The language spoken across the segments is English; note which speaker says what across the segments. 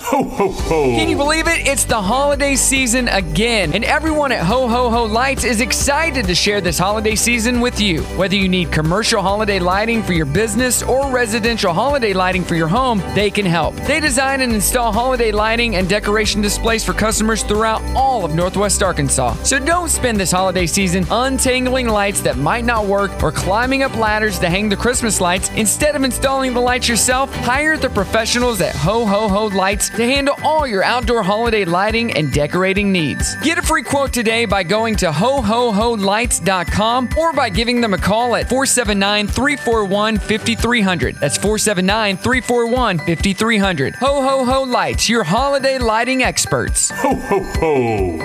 Speaker 1: Ho, ho, ho.
Speaker 2: Can you believe it? It's the holiday season again, and everyone at Ho Ho Ho Lights is excited to share this holiday season with you. Whether you need commercial holiday lighting for your business or residential holiday lighting for your home, they can help. They design and install holiday lighting and decoration displays for customers throughout all of Northwest Arkansas. So don't spend this holiday season untangling lights that might not work or climbing up ladders to hang the Christmas lights. Instead of installing the lights yourself, hire the professionals at Ho Ho Ho Lights to handle all your outdoor holiday lighting and decorating needs. Get a free quote today by going to hohoholights.com or by giving them a call at 479 341 5300. That's 479 341 5300. Ho Ho Ho Lights, your holiday lighting experts.
Speaker 1: Ho, ho, ho.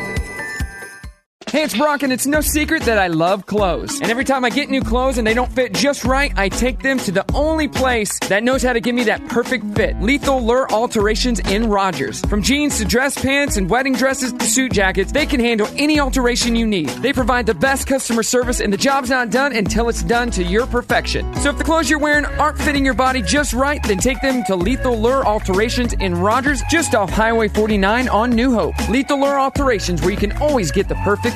Speaker 2: Hey, it's Brock, and it's no secret that I love clothes. And every time I get new clothes and they don't fit just right, I take them to the only place that knows how to give me that perfect fit Lethal Lure Alterations in Rogers. From jeans to dress pants and wedding dresses to suit jackets, they can handle any alteration you need. They provide the best customer service, and the job's not done until it's done to your perfection. So if the clothes you're wearing aren't fitting your body just right, then take them to Lethal Lure Alterations in Rogers, just off Highway 49 on New Hope. Lethal Lure Alterations, where you can always get the perfect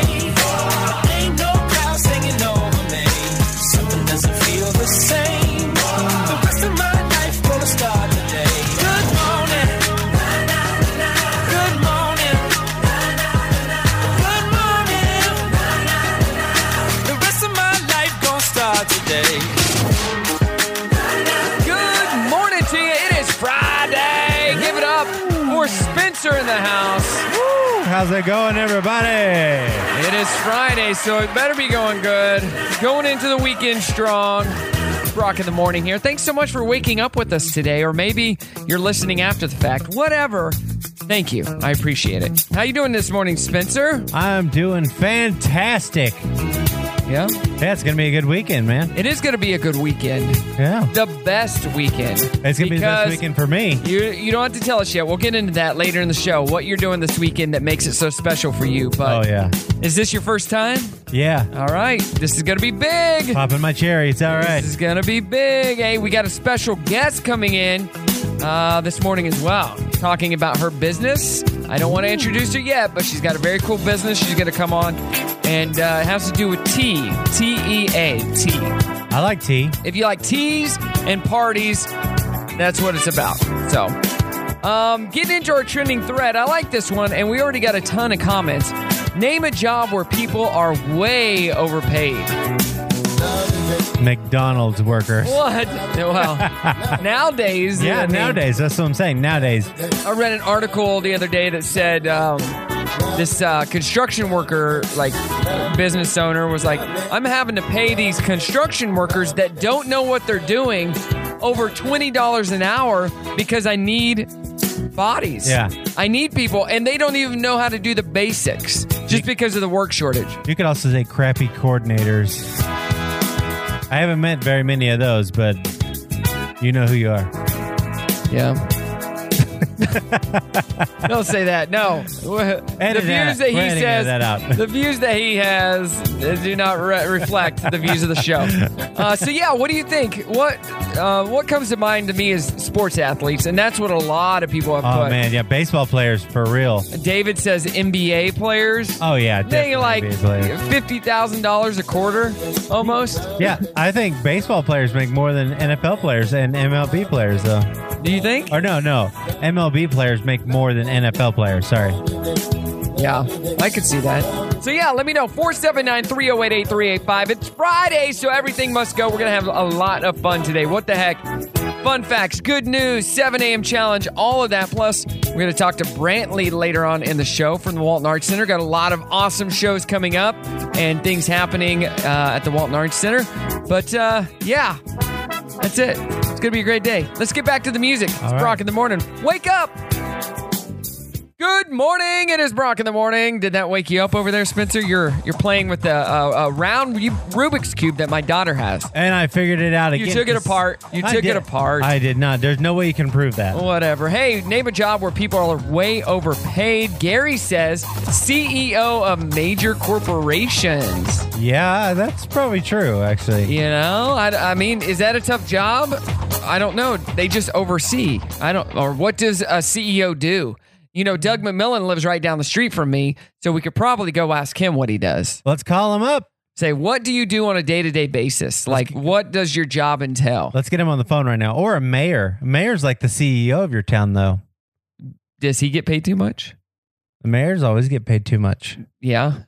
Speaker 3: Ain't no clouds hanging over me. Something doesn't feel the same. The rest of my life gonna start today. Good morning. Good morning. Good morning. The rest of my life gonna start today.
Speaker 2: Good morning to you. It is Friday. Give it up for Spencer in the house.
Speaker 4: How's it going, everybody?
Speaker 2: It is Friday, so it better be going good. Going into the weekend strong. Brock in the morning here. Thanks so much for waking up with us today, or maybe you're listening after the fact. Whatever. Thank you. I appreciate it. How you doing this morning, Spencer?
Speaker 4: I'm doing fantastic.
Speaker 2: Yeah.
Speaker 4: Yeah, it's gonna be a good weekend, man.
Speaker 2: It is going to be a good weekend.
Speaker 4: Yeah,
Speaker 2: The best weekend.
Speaker 4: it's gonna be the
Speaker 2: Because
Speaker 4: best weekend for me.
Speaker 2: You you don't have to tell us yet. We'll get into that later in the show. What you're doing this weekend that makes it so special for you.
Speaker 4: Oh
Speaker 2: But
Speaker 4: yeah,
Speaker 2: is this your first time?
Speaker 4: yeah.
Speaker 2: All right, this is gonna be big.
Speaker 4: Popping my cherry. It's all right.
Speaker 2: This is gonna be big. Hey, we got a special guest coming in uh, this morning as well, talking about her business. I don't want to introduce her yet, but she's got a very cool business. She's gonna come on, and uh, it has to do with tea, T E A T.
Speaker 4: I like tea.
Speaker 2: If you like teas and parties, that's what it's about. So, um, getting into our trending thread, I like this one, and we already got a ton of comments. Name a job where people are way overpaid.
Speaker 4: McDonald's workers.
Speaker 2: What? Well, nowadays,
Speaker 4: Yeah,
Speaker 2: I mean,
Speaker 4: nowadays that's what I'm saying. Nowadays,
Speaker 2: I read an article the other day that said um, this uh, construction worker, like business owner, was like, I'm having to pay these construction workers that don't know what they're doing over $20 an hour because I need bodies.
Speaker 4: Yeah.
Speaker 2: I need people, and they don't even know how to do the basics just because of the work shortage.
Speaker 4: you could also say crappy coordinators. I haven't met very many of those, but you know who you are.
Speaker 2: Yeah. Don't say that. No. the
Speaker 4: Edit that.
Speaker 2: views that he
Speaker 4: We're editing
Speaker 2: says,
Speaker 4: that out.
Speaker 2: the views that he has uh, do not re- reflect the views of the show. Uh, so yeah, what do you think? What uh, what comes to mind to me is sports athletes, and that's what a lot of people have
Speaker 4: Oh
Speaker 2: put.
Speaker 4: man, yeah, baseball players for real.
Speaker 2: David says NBA players.
Speaker 4: Oh yeah,
Speaker 2: they
Speaker 4: definitely
Speaker 2: like
Speaker 4: baseball players.
Speaker 2: fifty thousand dollars a quarter, almost.
Speaker 4: Yeah, I think baseball players make more than NFL players and MLB players, though.
Speaker 2: Do you think?
Speaker 4: Or no, no, MLB players make more than NFL players. Sorry.
Speaker 2: Yeah, I could see that. So, yeah, let me know. 479 308 8385. It's Friday, so everything must go. We're going to have a lot of fun today. What the heck? Fun facts, good news, 7 a.m. challenge, all of that. Plus, we're going to talk to Brantley later on in the show from the Walton Arts Center. Got a lot of awesome shows coming up and things happening uh, at the Walton Arts Center. But uh, yeah, that's it. It's going to be a great day. Let's get back to the music. It's
Speaker 4: right.
Speaker 2: Brock in the morning. Wake up! Good morning. It is Brock in the morning. Did that wake you up over there, Spencer? You're you're playing with the uh, uh, round u- Rubik's cube that my daughter has.
Speaker 4: And I figured it out
Speaker 2: You
Speaker 4: again.
Speaker 2: took it apart. You
Speaker 4: I
Speaker 2: took
Speaker 4: did-
Speaker 2: it apart. Oh.
Speaker 4: I did not. There's no way you can prove that.
Speaker 2: Whatever. Hey, name a job where people are way overpaid. Gary says CEO of major corporations.
Speaker 4: Yeah, that's probably true, actually.
Speaker 2: You know, I, I mean, is that a tough job? I don't know. They just oversee. I don't, or what does a CEO do? You know, Doug McMillan lives right down the street from me, so we could probably go ask him what he does.
Speaker 4: Let's call him up.
Speaker 2: Say, what do you do on a day to day basis? Like, what does your job entail?
Speaker 4: Let's get him on the phone right now. Or a mayor. A mayor's like the CEO of your town, though.
Speaker 2: Does he get paid too much?
Speaker 4: The mayors always get paid too much.
Speaker 2: Yeah.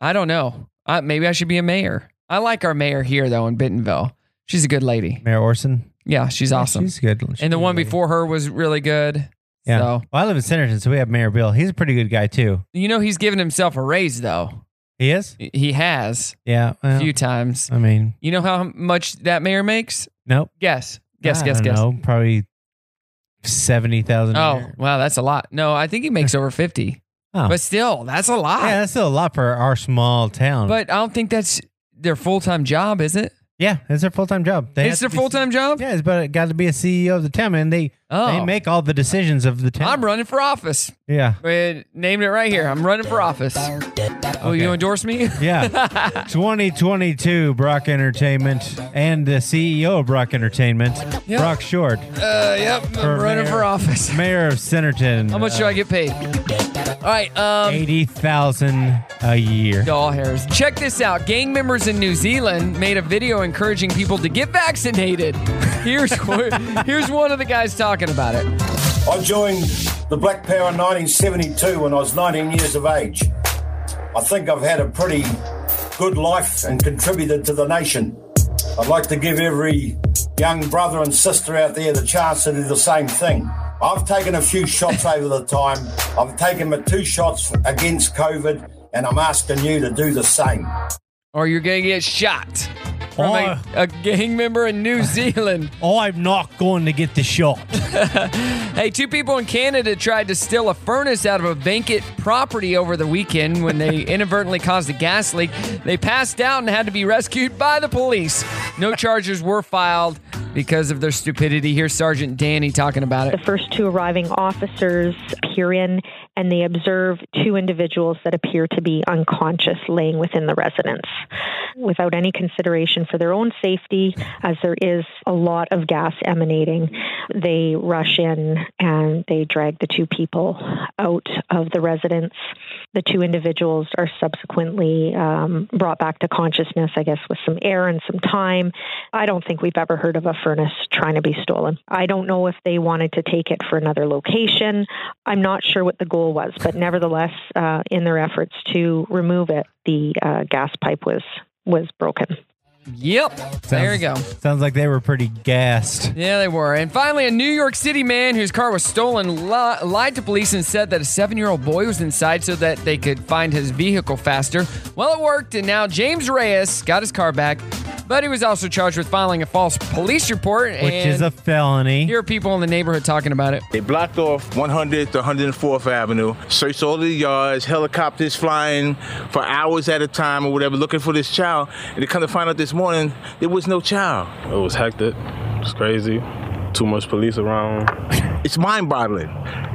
Speaker 2: I don't know. I, maybe I should be a mayor. I like our mayor here, though, in Bentonville. She's a good lady.
Speaker 4: Mayor Orson.
Speaker 2: Yeah, she's awesome.
Speaker 4: She's good. She's
Speaker 2: and the
Speaker 4: a
Speaker 2: one
Speaker 4: lady.
Speaker 2: before her was really good.
Speaker 4: Yeah.
Speaker 2: So,
Speaker 4: Well, I live in Centerton, so we have Mayor Bill. He's a pretty good guy, too.
Speaker 2: you know, he's given himself a raise, though.
Speaker 4: He is?
Speaker 2: He has
Speaker 4: Yeah.
Speaker 2: a
Speaker 4: well,
Speaker 2: few times.
Speaker 4: I mean,
Speaker 2: You know how much that mayor makes?
Speaker 4: nope.
Speaker 2: Guess. Guess,
Speaker 4: I
Speaker 2: guess,
Speaker 4: don't
Speaker 2: guess.
Speaker 4: know, probably 70,000. a
Speaker 2: Oh,
Speaker 4: year.
Speaker 2: wow, that's a lot. No, I think he makes over 50.
Speaker 4: Oh.
Speaker 2: But still, that's a lot.
Speaker 4: Yeah, that's still a lot for our small town.
Speaker 2: Ah. But I don't think that's their full-time job, is it?
Speaker 4: yeah, it's their full time job. They
Speaker 2: it's their
Speaker 4: have to be-
Speaker 2: full-time job?
Speaker 4: Yeah, it's but got to be a CEO of the town, and they
Speaker 2: Oh.
Speaker 4: they make all the decisions of the town.
Speaker 2: I'm running for office.
Speaker 4: Yeah,
Speaker 2: We named it right here. I'm running for office. Oh, you
Speaker 4: Okay.
Speaker 2: endorse me?
Speaker 4: yeah. 2022 Brock Entertainment and the CEO of Brock Entertainment,
Speaker 2: Yeah.
Speaker 4: Brock Short,
Speaker 2: Uh, yep. I'm
Speaker 4: For
Speaker 2: running
Speaker 4: mayor.
Speaker 2: for office.
Speaker 4: Mayor of Centerton. Uh,
Speaker 2: How much do I get paid? All right. Um,
Speaker 4: Eighty thousand a year.
Speaker 2: doll hairs. Check this out. Gang members in New Zealand made a video encouraging people to get vaccinated. Here's wh- here's one of the guys talking about it.
Speaker 5: I joined the Black Power in 1972 when I was 19 years of age. I think I've had a pretty good life and contributed to the nation. I'd like to give every young brother and sister out there the chance to do the same thing. I've taken a few shots over the time. I've taken my two shots against COVID, and I'm asking you to do the same.
Speaker 2: Or you're gonna get shot from
Speaker 4: Oh.
Speaker 2: a, a gang member in New Zealand.
Speaker 4: I'm not going to get the shot.
Speaker 2: Hey, two people in Canada tried to steal a furnace out of a vacant property over the weekend when they inadvertently caused a gas leak. They passed out and had to be rescued by the police. No charges were filed because of their stupidity. Here's Sergeant Danny talking about it.
Speaker 6: The first two arriving officers peer in and they observe two individuals that appear to be unconscious laying within the residence without any consideration for their own safety, as there is a lot of gas emanating. They rush in and they drag the two people out of the residence. The two individuals are subsequently um, brought back to consciousness, I guess, with some air and some time. I don't think we've ever heard of a furnace trying to be stolen. I don't know if they wanted to take it for another location. I'm not sure what the goal was, but nevertheless, uh, in their efforts to remove it, the uh, gas pipe was was broken.
Speaker 2: Yep. there you go.
Speaker 4: Sounds like they were pretty gassed.
Speaker 2: Yeah, they were. And finally, a New York City man whose car was stolen li- lied to police and said that a seven year old boy was inside so that they could find his vehicle faster. Well, it worked, and now James Reyes got his car back, but he was also charged with filing a false police report.
Speaker 4: Which
Speaker 2: and
Speaker 4: is a felony.
Speaker 2: Here are people in the neighborhood talking about it.
Speaker 7: They blocked off 100th to 104th Avenue, searched all of the yards, helicopters flying for hours at a time or whatever, looking for this child. And they come to find out this morning there was no child.
Speaker 8: It was hectic. It's crazy. Too much police around.
Speaker 7: It's mind boggling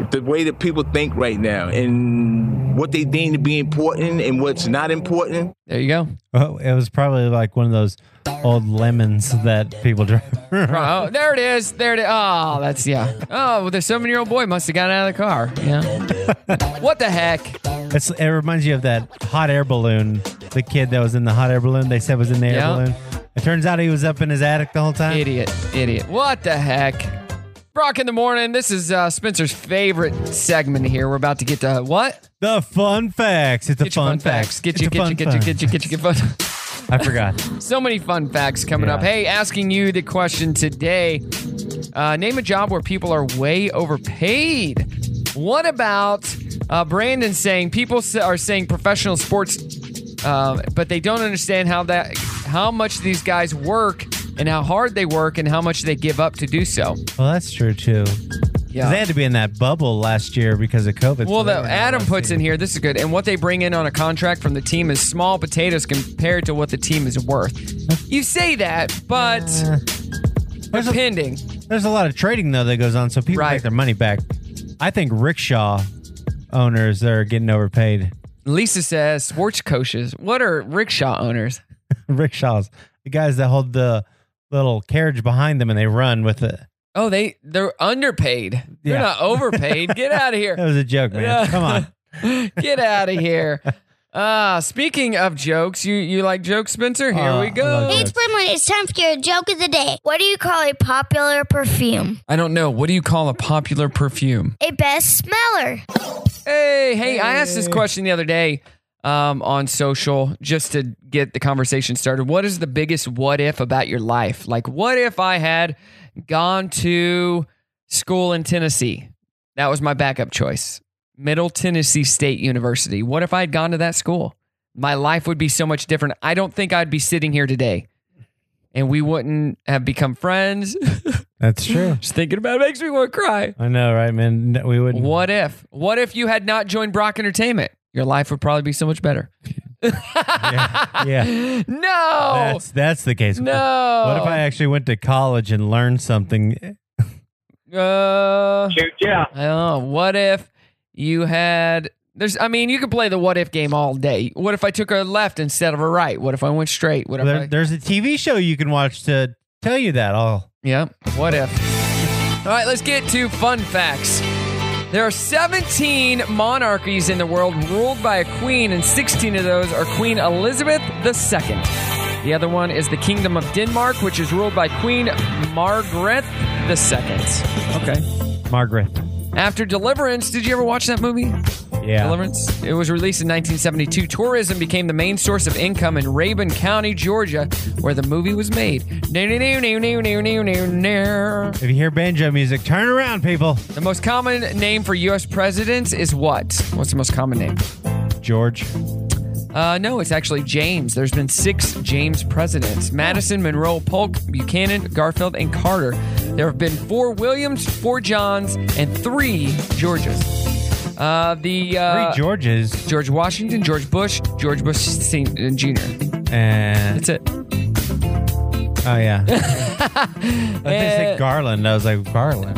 Speaker 7: the way that people think right now and what they deem to be important and what's not important.
Speaker 2: There you go.
Speaker 4: Well, it was probably like one of those old lemons that people drive. around.
Speaker 2: Oh, there it is. There it is. Oh, that's, yeah. Oh, well, the seven year old boy must have gotten out of the car. Yeah. what the heck?
Speaker 4: It's, it reminds you of that hot air balloon. The kid that was in the hot air balloon, they said was in the air
Speaker 2: Yeah.
Speaker 4: balloon. It turns out he was up in his attic the whole time.
Speaker 2: Idiot, idiot. What the heck? Brock in the morning. This is uh, Spencer's favorite segment here. We're about to get to uh, what?
Speaker 4: The fun facts. It's a
Speaker 2: Get your
Speaker 4: fun,
Speaker 2: fun facts. Get you,
Speaker 4: It's a
Speaker 2: get you,
Speaker 4: fun
Speaker 2: get you,
Speaker 4: fact.
Speaker 2: get you, get you, get you. fun-
Speaker 4: I forgot.
Speaker 2: So many fun facts coming up.
Speaker 4: Yeah.
Speaker 2: Hey, asking you the question today. Uh, name a job where people are way overpaid. What about uh, Brandon saying people s- are saying professional sports, uh, but they don't understand how that how much these guys work and how hard they work and how much they give up to do so.
Speaker 4: Well, that's true too.
Speaker 2: Yeah.
Speaker 4: They had to be in that bubble last year because of COVID. so
Speaker 2: Well,
Speaker 4: they
Speaker 2: the,
Speaker 4: were not
Speaker 2: Adam
Speaker 4: allowed
Speaker 2: puts
Speaker 4: to.
Speaker 2: in here. This is good. And what they bring in on a contract from the team is small potatoes compared to what the team is worth. You say that, but
Speaker 4: There's a,
Speaker 2: pending.
Speaker 4: there's a lot of trading though that goes on, so people
Speaker 2: Right.
Speaker 4: take their money back. I think rickshaw owners are getting overpaid.
Speaker 2: Lisa says sports coaches. What are rickshaw owners?
Speaker 4: Rickshaws, the guys that hold the little carriage behind them and they run with it.
Speaker 2: Oh, they they're underpaid. They're
Speaker 4: Yeah.
Speaker 2: not overpaid. Get out of
Speaker 4: That
Speaker 2: here.
Speaker 4: was a joke, man.
Speaker 2: Yeah.
Speaker 4: Come on.
Speaker 2: Get out of here. Uh, speaking of jokes, you you like jokes, Spencer? Here
Speaker 4: Uh,
Speaker 2: we
Speaker 4: I
Speaker 2: go.
Speaker 4: love
Speaker 9: Hey, it's Brimley. It's time for your joke of the day. What do you call a popular perfume?
Speaker 2: I don't know. What do you call a popular perfume?
Speaker 9: A best smeller.
Speaker 2: Hey, hey, I asked this question the other day um, on social just to get the conversation started. What is the biggest what if about your life? Like, what if I had gone to school in Tennessee? That was my backup choice Middle Tennessee State University. What if I had gone to that school? My life would be so much different. I don't think I'd be sitting here today. And we wouldn't have become friends.
Speaker 4: That's true.
Speaker 2: Just thinking about it makes me want to cry.
Speaker 4: I know, right, man? No, We wouldn't.
Speaker 2: What if? What if you had not joined Brock Entertainment? Your life would probably be so much better.
Speaker 4: Yeah.
Speaker 2: No.
Speaker 4: That's that's the case.
Speaker 2: no.
Speaker 4: What if I actually went to college and learned something?
Speaker 2: Uh,
Speaker 10: Shoot, yeah.
Speaker 2: oh, what if you had? There's. I mean, you could play the what if game all day. What if I took a left instead of a right? What if I went straight? What if?
Speaker 4: There,
Speaker 2: I,
Speaker 4: there's a TV show you can watch to tell you that all.
Speaker 2: Yeah. What if? All right, let's get to fun facts. There are 17 monarchies in the world ruled by a queen, and 16 of those are Queen Elizabeth II. The other one is the Kingdom of Denmark, which is ruled by Queen Margaret II. Okay.
Speaker 4: Margaret.
Speaker 2: After Deliverance, did you ever watch that movie?
Speaker 4: Yeah.
Speaker 2: Deliverance. It was released in 1972. Tourism became the main source of income in Rabun County, Georgia, where the movie was made. The
Speaker 4: If you hear banjo music, turn around, people.
Speaker 2: most common name for U.S. presidents is what? What's the most common name?
Speaker 4: George.
Speaker 2: Uh, no, it's actually James. There's been six James presidents Madison, Monroe, Polk, Buchanan, Garfield, and Carter. There have been four Williams, four Johns, and three Georges. Uh, the
Speaker 4: Three
Speaker 2: uh,
Speaker 4: Georges.
Speaker 2: George Washington, George Bush, George Bush Sen- Jr.
Speaker 4: And
Speaker 2: That's it.
Speaker 4: oh yeah. I was gonna say
Speaker 2: Eh.
Speaker 4: Garland. I was like Garland.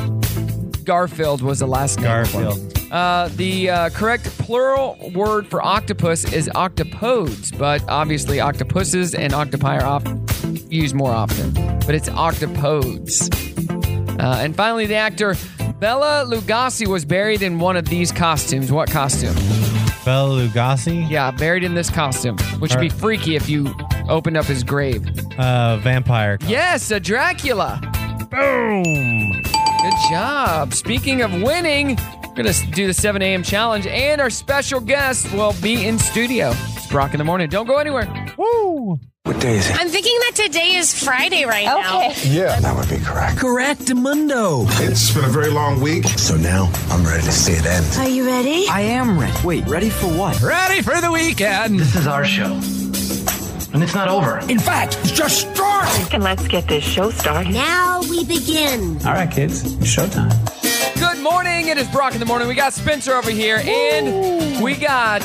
Speaker 2: Garfield was the last name.
Speaker 4: Garfield.
Speaker 2: Uh, the uh, correct plural word for octopus is octopodes, but obviously octopuses and octopi are off- used more often. But it's octopodes. Uh, and finally, the actor Bella Lugosi was buried in one of these costumes. What costume?
Speaker 4: Bela Lugosi.
Speaker 2: Yeah, buried in this costume, which would be
Speaker 4: Alright.
Speaker 2: freaky if you opened up his grave.
Speaker 4: Uh, vampire.
Speaker 2: Yes, a Dracula.
Speaker 4: Boom.
Speaker 2: Good job. Speaking of winning, we're going to do the 7 a.m. challenge, and our special guest will be in studio. It's Brock in the morning. Don't go anywhere.
Speaker 4: Woo.
Speaker 11: I'm thinking that today is Friday right now.
Speaker 12: That would be correct.
Speaker 3: Correctamundo.
Speaker 12: It's been a very long week. So now I'm ready to see it end.
Speaker 9: Are you ready?
Speaker 3: I am ready. Wait, ready for what?
Speaker 2: Ready for the weekend.
Speaker 3: This is our show. And it's not over. In fact, it's just starting.
Speaker 11: And let's get this show started.
Speaker 9: Now we begin.
Speaker 3: All right, kids, it's showtime.
Speaker 2: Good morning. It is Brock in the morning. We got Spencer over here, and we got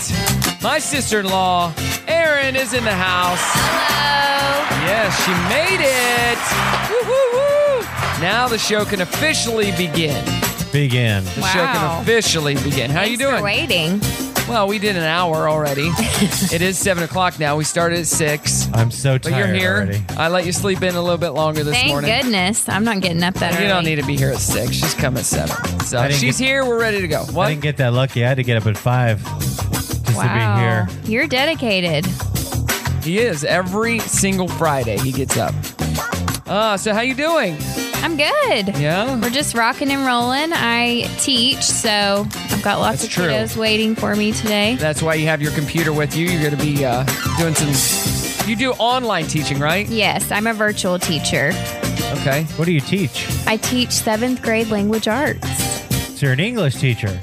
Speaker 2: my sister in law, Erin, is in the house.
Speaker 11: Hello.
Speaker 2: Yes, she made it. Woo, woo, woo. Now the show can officially begin.
Speaker 4: Begin.
Speaker 2: The show
Speaker 11: Wow.
Speaker 2: can officially begin. How you doing?
Speaker 11: waiting.
Speaker 2: Well, we did an hour already. it is seven o'clock now. We started at six,
Speaker 4: I'm so
Speaker 2: but
Speaker 4: tired
Speaker 2: you're here.
Speaker 4: already.
Speaker 2: I let you sleep in a little bit longer this
Speaker 11: Thank
Speaker 2: morning.
Speaker 11: goodness. I'm not getting up that early.
Speaker 2: You don't need to be here at six. She's coming at seven. So
Speaker 4: I didn't
Speaker 2: she's
Speaker 4: get-
Speaker 2: here. We're ready to go.
Speaker 4: I
Speaker 2: What?
Speaker 4: didn't get that lucky. I had to get up at five just
Speaker 11: Wow.
Speaker 4: to be here.
Speaker 11: You're dedicated.
Speaker 2: He is every single Friday. He gets up. Uh, so how you doing?
Speaker 11: I'm good.
Speaker 2: Yeah.
Speaker 11: We're just rocking and rolling. I teach, so I've got lots
Speaker 2: That's
Speaker 11: of
Speaker 2: true.
Speaker 11: kiddos waiting for me today.
Speaker 2: That's why you have your computer with you. You're going to be uh, doing some. You do online teaching, right?
Speaker 11: Yes, I'm a virtual teacher.
Speaker 2: Okay.
Speaker 4: What do you teach?
Speaker 11: I teach seventh grade language arts.
Speaker 4: So you're an English teacher.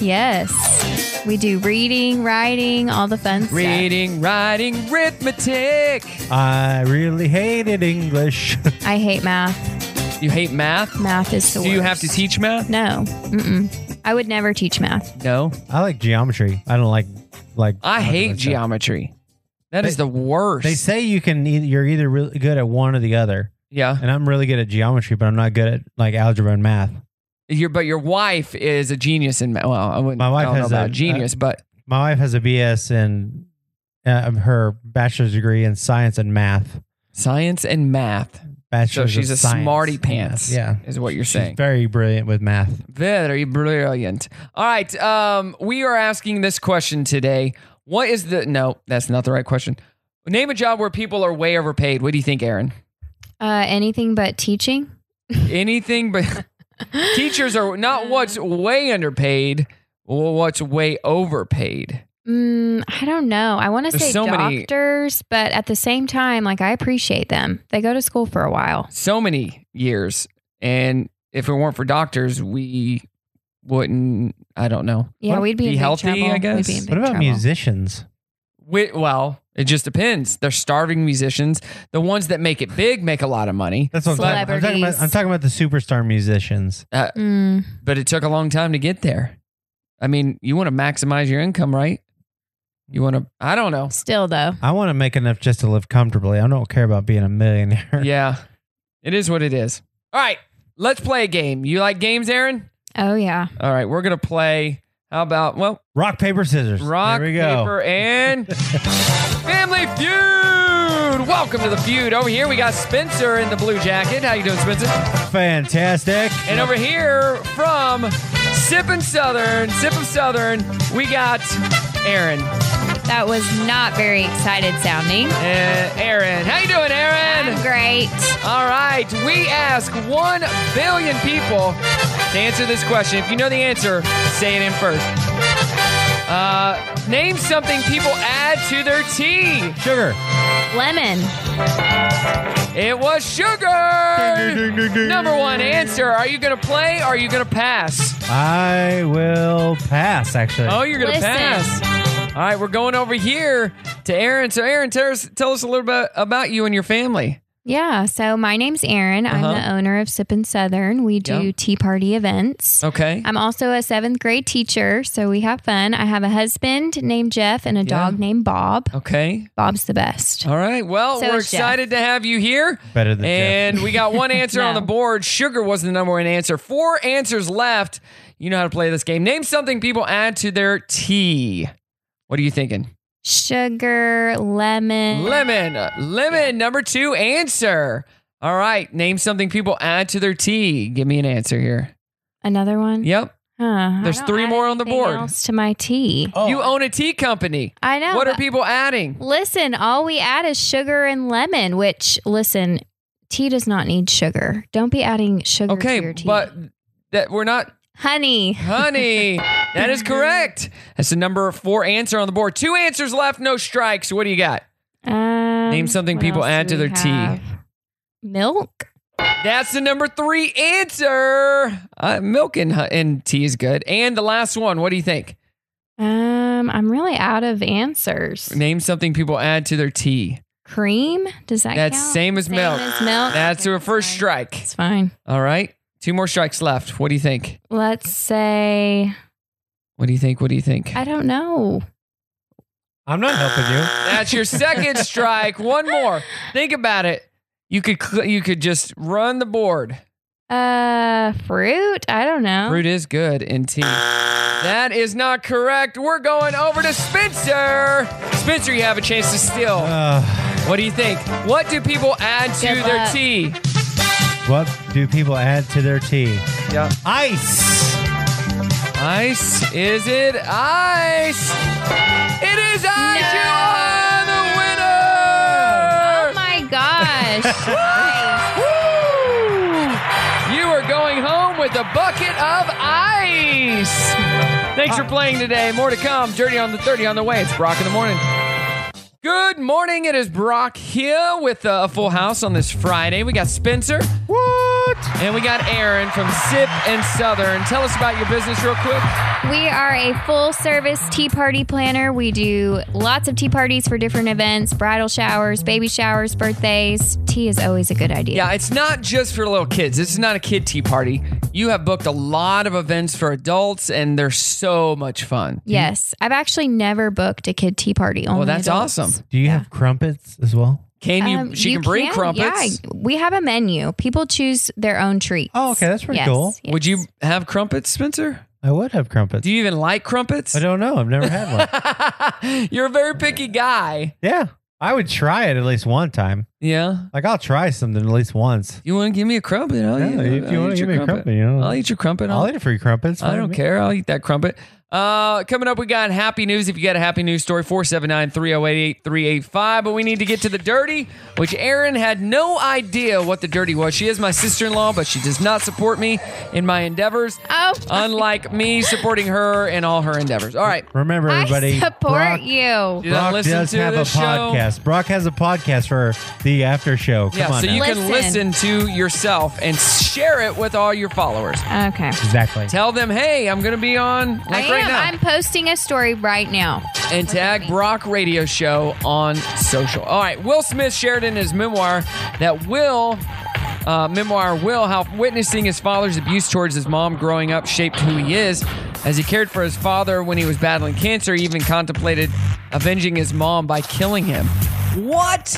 Speaker 11: Yes. We do reading, writing, all the fun
Speaker 2: Reading, writing, arithmetic.
Speaker 4: I really hated English.
Speaker 11: stuff. I hate math.
Speaker 2: You hate math?
Speaker 11: Math is the
Speaker 2: Do
Speaker 11: worst.
Speaker 2: you have to teach math?
Speaker 11: No. Mm-mm. I would never teach math.
Speaker 2: No.
Speaker 4: I like geometry. I don't like like.
Speaker 2: I hate geometry. That is the worst.
Speaker 4: They say you can. Either, you're either really good at one or the other.
Speaker 2: Yeah.
Speaker 4: And I'm really good at geometry, but I'm not good at like algebra and math.
Speaker 2: Your but your wife is a genius in ma- well, I wouldn't.
Speaker 4: My wife
Speaker 2: I don't know
Speaker 4: has
Speaker 2: about
Speaker 4: a- uh,
Speaker 2: genius, but
Speaker 4: My wife has a BS in uh, her bachelor's degree in science and math.
Speaker 2: Science and math. so
Speaker 4: Bachelor's.
Speaker 2: she's
Speaker 4: of
Speaker 2: a
Speaker 4: science.
Speaker 2: smarty pants.
Speaker 4: Yeah,
Speaker 2: is what you're
Speaker 4: She's
Speaker 2: saying.
Speaker 4: Very brilliant with math.
Speaker 2: Very brilliant. All right. Um, we are asking this question today. What is the no? That's not the right question. Name a job where people are way overpaid. What do you think, Aaron?
Speaker 11: Uh, anything but teaching.
Speaker 2: Anything but teachers are not what's way underpaid. What's way overpaid?
Speaker 11: Mm, I don't know. I want to
Speaker 2: There's
Speaker 11: say
Speaker 2: so many-
Speaker 11: doctors, but at the same time, like I appreciate them. They go to school for a while.
Speaker 2: so many years. And if it weren't for doctors, we wouldn't. I don't know.
Speaker 11: Yeah, we'd be in big
Speaker 2: healthy.
Speaker 11: trouble.
Speaker 2: I
Speaker 11: We'd
Speaker 2: guess.
Speaker 11: be in big
Speaker 4: What about
Speaker 11: trouble.
Speaker 4: musicians?
Speaker 2: Wi- well, it just depends. They're starving musicians. The ones that make it big make a lot of money.
Speaker 4: That's what I'm talking, I'm talking about. I'm talking about the superstar musicians.
Speaker 2: Uh,
Speaker 11: Mm.
Speaker 2: But it took a long time to get there. I mean, you want to maximize your income, right? You want to. I don't know.
Speaker 11: Still though,
Speaker 4: I want to make enough just to live comfortably. I don't care about being a millionaire.
Speaker 2: Yeah, it is what it is. All right, let's play a game. You like games, Aaron?
Speaker 11: oh yeah,
Speaker 2: All right, we're gonna play. How about well,
Speaker 4: Rock paper scissors.
Speaker 2: Rock,
Speaker 4: There we go.
Speaker 2: paper, and Family Feud. Welcome to the feud. Over here, we got Spencer in the blue jacket. How you doing, Spencer?
Speaker 4: Fantastic.
Speaker 2: And over here from Sip and Southern, Sip of Southern, we got Aaron.
Speaker 11: that was not very excited sounding.
Speaker 2: Uh, Aaron, how you doing, Aaron?
Speaker 11: I'm great.
Speaker 2: All right, we ask one billion people to answer this question. If you know the answer, say it in first. Uh, name something people add to their tea.
Speaker 4: Sugar.
Speaker 11: Lemon.
Speaker 2: It was sugar. Number one answer. Are you gonna play? Or are you gonna pass?
Speaker 4: I will pass. Actually.
Speaker 2: Oh, you're gonna
Speaker 11: Listen.
Speaker 2: pass. All right, we're going over here to Aaron. So, Aaron, tell us, tell us a little bit about you and your family.
Speaker 11: Yeah. So my name's Erin.
Speaker 2: Uh-huh.
Speaker 11: I'm the owner of Sip and Southern. We do
Speaker 2: Yeah. Oh.
Speaker 11: tea party events.
Speaker 2: Okay.
Speaker 11: I'm also a seventh grade teacher, so we have fun. I have a husband named Jeff and a dog named Bob.
Speaker 2: Okay.
Speaker 11: Bob's the best.
Speaker 2: All right. Well,
Speaker 11: So
Speaker 2: we're
Speaker 11: is Jeff.
Speaker 2: excited to have you here.
Speaker 4: Better than
Speaker 2: And we got one answer on
Speaker 11: No.
Speaker 2: the board. Sugar was the number one answer. Four answers left. You know how to play this game. Name something people add to their tea. What are you thinking?
Speaker 11: Sugar, lemon.
Speaker 2: Lemon. Lemon, number two answer. All right. Name something people add to their tea. Give me an answer here.
Speaker 11: Another one.
Speaker 2: Yep.
Speaker 11: Huh, I
Speaker 2: There's
Speaker 11: don't
Speaker 2: three
Speaker 11: add
Speaker 2: more on the
Speaker 11: anything
Speaker 2: board.
Speaker 11: Else to my tea.
Speaker 4: Oh.
Speaker 2: You own a tea company.
Speaker 11: I know.
Speaker 2: what are
Speaker 11: but-
Speaker 2: people adding?
Speaker 11: Listen, all we add is sugar and lemon, which listen, tea does not need sugar. Don't be adding sugar to your
Speaker 2: Okay,
Speaker 11: tea.
Speaker 2: but that we're not
Speaker 11: honey.
Speaker 2: honey. that is correct. That's the number four answer on the board. Two answers left, no strikes. What do you got?
Speaker 11: Um,
Speaker 2: Name something
Speaker 11: what
Speaker 2: people
Speaker 11: else
Speaker 2: add
Speaker 11: do
Speaker 2: to their
Speaker 11: we
Speaker 2: tea.
Speaker 11: have? Milk.
Speaker 2: That's the number three answer. Uh, milk and, and tea is good. And the last one, what do you think?
Speaker 11: Um, I'm really out of answers.
Speaker 2: Name something people add to their tea.
Speaker 11: Cream? Does that
Speaker 2: That's
Speaker 11: count?
Speaker 2: same as milk.
Speaker 11: As milk.
Speaker 2: That's
Speaker 11: Okay,
Speaker 2: your first
Speaker 11: fine.
Speaker 2: strike.
Speaker 11: It's fine.
Speaker 2: All right. Two more strikes left. What do you think?
Speaker 11: Let's say
Speaker 2: What do you think? What do you think?
Speaker 11: I don't know.
Speaker 4: I'm not helping you.
Speaker 2: That's your second strike. One more. Think about it. You could cl- you could just run the board.
Speaker 11: Uh, fruit? I don't know.
Speaker 2: Fruit is good in tea. That is not correct. We're going over to Spencer. Spencer, you have a chance to steal.
Speaker 4: Uh,
Speaker 2: What do you think? What do people add to
Speaker 11: Good
Speaker 2: their
Speaker 11: luck.
Speaker 2: tea?
Speaker 4: what do people add to their tea?
Speaker 2: Yeah.
Speaker 4: Ice.
Speaker 2: Ice. Is it ice? It is ice. You are the winner.
Speaker 11: Oh my gosh. Nice.
Speaker 2: Woo! You are going home with a bucket of ice. Thanks for playing today. More to come. Dirty on the 30 on the way. It's Brock in the morning. Good morning. It is Brock here with uh, a full house on this Friday. We got Spencer. And we got Aaron from Sip and Southern. Tell us about your business real quick.
Speaker 11: We are a full service tea party planner. We do lots of tea parties for different events, bridal showers, baby showers, birthdays. Tea is always a good idea.
Speaker 2: Yeah, it's not just for little kids. This is not a kid tea party. You have booked a lot of events for adults, and they're so much fun.
Speaker 11: Yes. I've actually never booked a kid tea party. Only
Speaker 2: Well, that's
Speaker 11: adults.
Speaker 2: awesome.
Speaker 4: Do you have crumpets as well?
Speaker 2: Can you?
Speaker 11: Um,
Speaker 2: she can bring crumpets.
Speaker 11: Yeah, we have a menu. People choose their own treats. Oh,
Speaker 4: okay, that's pretty cool.
Speaker 2: Would you have crumpets, Spencer?
Speaker 4: I would have crumpets.
Speaker 2: Do you even like crumpets?
Speaker 4: I don't know. I've never had one.
Speaker 2: You're a very picky guy.
Speaker 4: yeah. I would try it at least one time.
Speaker 2: Yeah.
Speaker 4: Like I'll try something at least once.
Speaker 2: You want to give me a crumpet? I'll
Speaker 4: Yeah,
Speaker 2: eat,
Speaker 4: if
Speaker 2: I'll
Speaker 4: you want
Speaker 2: eat
Speaker 4: to
Speaker 2: your
Speaker 4: give me a
Speaker 2: crumpet.
Speaker 4: crumpet, you know,
Speaker 2: I'll eat your crumpet.
Speaker 4: I'll eat it for you crumpets.
Speaker 2: I don't care. I'll eat that crumpet. Uh, coming up, we got happy news. If you got a happy news story, 479 308 8385. But we need to get to the dirty, which Erin had no idea what the dirty was. She is my sister in law, but she does not support me in my endeavors.
Speaker 11: Oh,
Speaker 2: Unlike me supporting her in all her endeavors. All right.
Speaker 4: Remember, everybody.
Speaker 11: support
Speaker 4: Brock,
Speaker 11: you.
Speaker 2: You don't
Speaker 4: Brock
Speaker 2: listen
Speaker 4: does
Speaker 2: to
Speaker 4: have a
Speaker 2: the show.
Speaker 4: podcast. Brock has a podcast for the after show. Come
Speaker 2: Yeah,
Speaker 4: on
Speaker 2: so
Speaker 4: now.
Speaker 2: you can
Speaker 11: Listen.
Speaker 2: listen to yourself and share it with all your followers.
Speaker 11: Okay.
Speaker 4: exactly.
Speaker 2: Tell them, hey, I'm going to be on like
Speaker 11: I am.
Speaker 2: right now.
Speaker 11: I'm posting a story right now.
Speaker 2: and tag Brock Radio Show on social. All right, Will Smith shared in his memoir that Will. Uh, memoir Will, how witnessing his father's abuse towards his mom growing up shaped who he is. As he cared for his father when he was battling cancer, he even contemplated avenging his mom by killing him. What?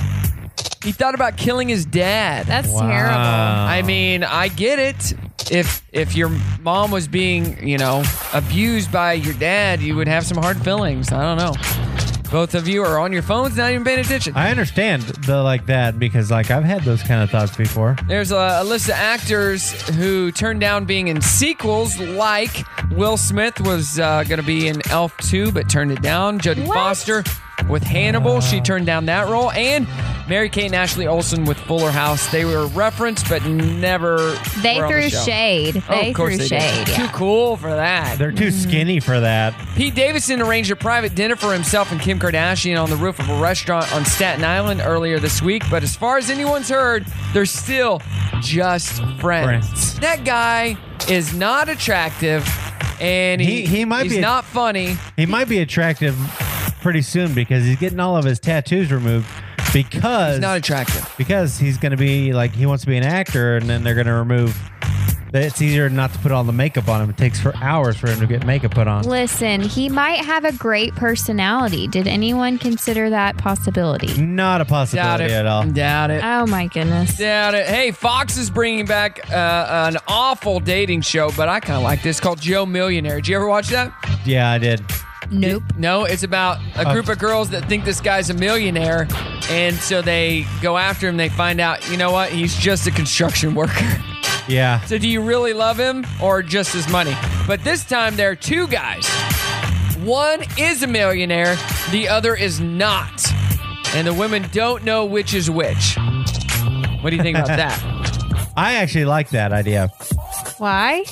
Speaker 2: He thought about killing his dad.
Speaker 11: That's terrible.
Speaker 2: I mean, I get it. If if your mom was being, you know, abused by your dad, you would have some hard feelings. I don't know. Both of you are on your phones, not even paying attention.
Speaker 4: I understand the like that because like I've had those kind of thoughts before.
Speaker 2: There's a, a list of actors who turned down being in sequels, like Will Smith was uh, going to be in Elf 2, but turned it down. Jodie
Speaker 11: What?
Speaker 2: Foster with Hannibal, she turned down that role. And Mary Kate and Ashley Olsen with Fuller House. They were referenced, but never.
Speaker 11: They
Speaker 2: were on the
Speaker 11: threw
Speaker 2: show.
Speaker 11: shade.
Speaker 2: Oh,
Speaker 11: They
Speaker 2: of course
Speaker 11: threw
Speaker 2: they did.
Speaker 11: shade.
Speaker 2: Too
Speaker 11: yeah.
Speaker 2: cool for that.
Speaker 4: They're too skinny for that.
Speaker 2: Pete Davidson arranged a private dinner for himself and Kim Kardashian on the roof of a restaurant on Staten Island earlier this week. But as far as anyone's heard, they're still just friends.
Speaker 4: Friends.
Speaker 2: That guy is not attractive, and he,
Speaker 4: He- he might
Speaker 2: he's
Speaker 4: be a-
Speaker 2: not funny.
Speaker 4: He might be attractive pretty soon because he's getting all of his tattoos removed because
Speaker 2: He's not attractive.
Speaker 4: because he's going to be like he wants to be an actor and then they're going to remove it's easier not to put all the makeup on him. It takes for hours for him to get makeup put on.
Speaker 11: Listen, he might have a great personality. Did anyone consider that possibility?
Speaker 4: Not a
Speaker 2: Doubt
Speaker 4: possibility
Speaker 2: it.
Speaker 4: at all.
Speaker 2: Doubt it.
Speaker 11: Oh my goodness.
Speaker 2: Doubt it. Hey, Fox is bringing back uh, an awful dating show, but I kind of like this called Joe Millionaire. Did you ever watch that?
Speaker 4: Yeah, I did.
Speaker 11: Nope.
Speaker 2: No, it's about a
Speaker 4: Oh.
Speaker 2: group of girls that think this guy's a millionaire, and so they go after him. They find out, you know what? He's just a construction worker.
Speaker 4: Yeah.
Speaker 2: So do you really love him or just his money? But this time there are two guys. One is a millionaire, the other is not, and the women don't know which is which. What do you think about that?
Speaker 4: I actually like that idea.
Speaker 11: Why?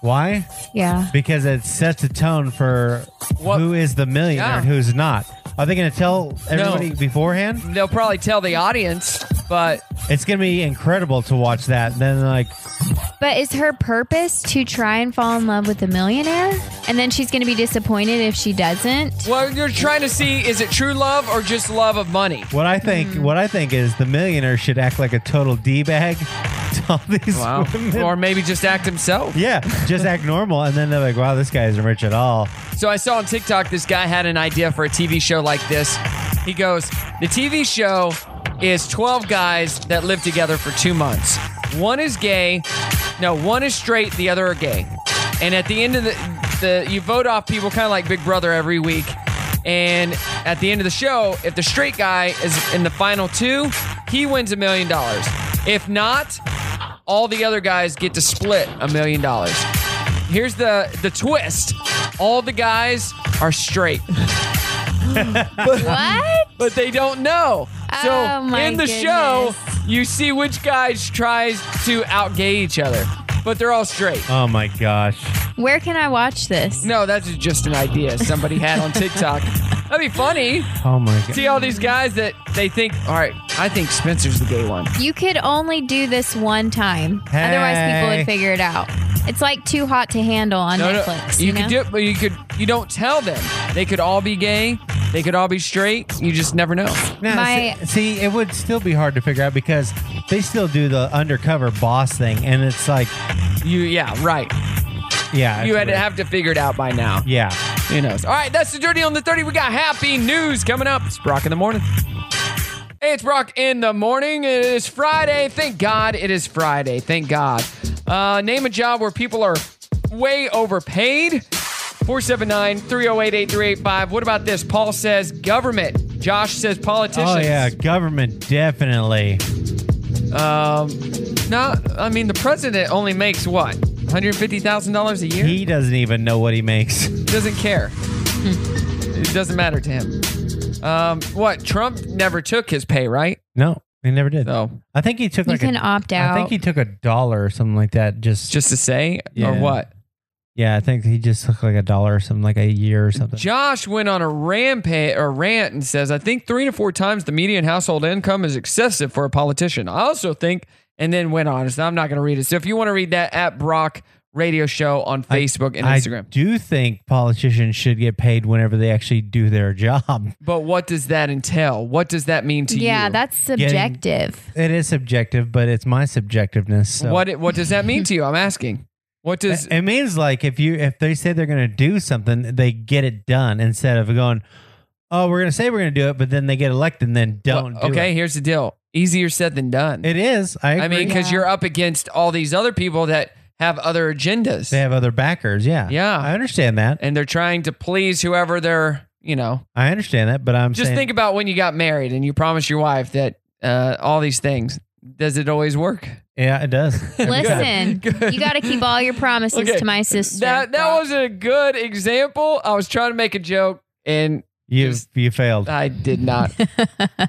Speaker 4: Why?
Speaker 11: Yeah.
Speaker 4: Because it sets a tone for
Speaker 2: What-
Speaker 4: who is the millionaire and
Speaker 2: Yeah.
Speaker 4: who's not. Are they going to tell everybody beforehand?
Speaker 2: They'll probably tell the audience, but
Speaker 4: It's going to be incredible to watch that. Then, like,
Speaker 11: But is her purpose to try and fall in love with a millionaire? And then she's going to be disappointed if she doesn't?
Speaker 2: well, you're trying to see is it true love or just love of money?
Speaker 4: what I think,
Speaker 2: Hmm.
Speaker 4: what I think is the millionaire should act like a total d bag to all these
Speaker 2: Wow.
Speaker 4: women.
Speaker 2: or maybe just act himself.
Speaker 4: yeah, just act normal, and then they're like, "Wow, this guy isn't rich at all."
Speaker 2: So I saw on TikTok this guy had an idea for a TV show like this. He goes, The TV show is 12 guys that live together for two months. One is gay, no, one is straight, the other are gay. And at the end of the, the you vote off people kind of like Big Brother every week. And at the end of the show, if the straight guy is in the final two, he wins a million dollars. If not, all the other guys get to split a million dollars. Here's the the twist. All the guys are straight,
Speaker 11: What?
Speaker 2: but they don't know. So
Speaker 11: Oh, my
Speaker 2: in the
Speaker 11: goodness.
Speaker 2: show, you see which guys tries to outgay each other, but they're all straight.
Speaker 4: Oh my gosh!
Speaker 11: Where can I watch this?
Speaker 2: No, that's just an idea somebody had on TikTok. That'd be funny.
Speaker 4: Oh my god.
Speaker 2: See all these guys that they think, all right, I think Spencer's the gay one.
Speaker 11: You could only do this one time. Otherwise, people
Speaker 2: Hey.
Speaker 11: would figure it out. It's like too hot to handle on
Speaker 2: No, no,
Speaker 11: Netflix.
Speaker 2: You,
Speaker 11: you
Speaker 2: could
Speaker 11: know?
Speaker 2: do it, but you could. You don't tell them. They could all be gay. They could all be straight. You just never know.
Speaker 4: Now,
Speaker 11: My-
Speaker 4: see, see, it would still be hard to figure out because they still do the undercover boss thing, and it's like,
Speaker 2: You yeah right.
Speaker 4: yeah,
Speaker 2: you
Speaker 4: it's
Speaker 2: had to
Speaker 4: weird.
Speaker 2: have to figure it out by now.
Speaker 4: yeah. Oh,
Speaker 2: Who knows? All right, that's the dirty on the thirty. We got happy news coming up. It's Brock in the morning. Hey, it's Brock in the morning. It is Friday. Thank God it is Friday. Thank God. Uh, name a job where people are way overpaid. 479 308 8385. What about this? Paul says government. Josh says politicians.
Speaker 4: Oh yeah, government definitely.
Speaker 2: Um, no, I mean the president only makes what, one hundred fifty thousand dollars a year?
Speaker 4: He doesn't even know what he makes.
Speaker 2: doesn't care. it doesn't matter to him. Um, what? Trump never took his pay, right?
Speaker 4: No, he never did.
Speaker 2: No.
Speaker 4: I think he took
Speaker 11: You
Speaker 4: like
Speaker 11: can
Speaker 4: a,
Speaker 11: opt
Speaker 4: I
Speaker 11: out.
Speaker 4: think he took a dollar or something like that. Just,
Speaker 2: Just to say or
Speaker 4: Yeah.
Speaker 2: what?
Speaker 4: yeah, I think he just took like a dollar or something, like a year or something.
Speaker 2: Josh went on a rampage or rant and says, "I think three to four times the median household income is excessive for a politician." I also think, and then went on. So I'm not going to read it. So if you want to read that at Brock Radio Show on Facebook and
Speaker 4: I
Speaker 2: Instagram.
Speaker 4: do think politicians should get paid whenever they actually do their job.
Speaker 2: But what does that entail? What does that mean to you?
Speaker 11: yeah, that's
Speaker 4: Getting-
Speaker 11: subjective.
Speaker 4: It is subjective, but it's my subjectiveness. So.
Speaker 2: What what does that mean to you? I'm asking. What does
Speaker 4: it means like if you if they say they're going to do something, they get it done instead of going, oh, we're going to say we're going to do it, but then they get elected and then don't.
Speaker 2: Well,
Speaker 4: do
Speaker 2: okay,
Speaker 4: it.
Speaker 2: here's the deal. Easier said than done.
Speaker 4: it is. I,
Speaker 2: I mean,
Speaker 4: agree.
Speaker 2: because
Speaker 11: Yeah.
Speaker 2: you're up against all these other people that have other agendas,
Speaker 4: they have other backers. Yeah,
Speaker 2: Yeah.
Speaker 4: I understand that.
Speaker 2: and they're trying to please whoever they're. You know,
Speaker 4: I understand that, but I'm
Speaker 2: just
Speaker 4: saying,
Speaker 2: think about when you got married and you promised your wife that uh, all these things. Does it always work?
Speaker 4: yeah, it does.
Speaker 11: Listen,
Speaker 2: Good.
Speaker 11: you got to keep all your promises
Speaker 2: Okay.
Speaker 11: to my sister.
Speaker 2: That that
Speaker 11: Brock.
Speaker 2: was a good example. I was trying to make a joke and
Speaker 4: You
Speaker 2: Just- uh,
Speaker 4: you failed.
Speaker 2: I did not.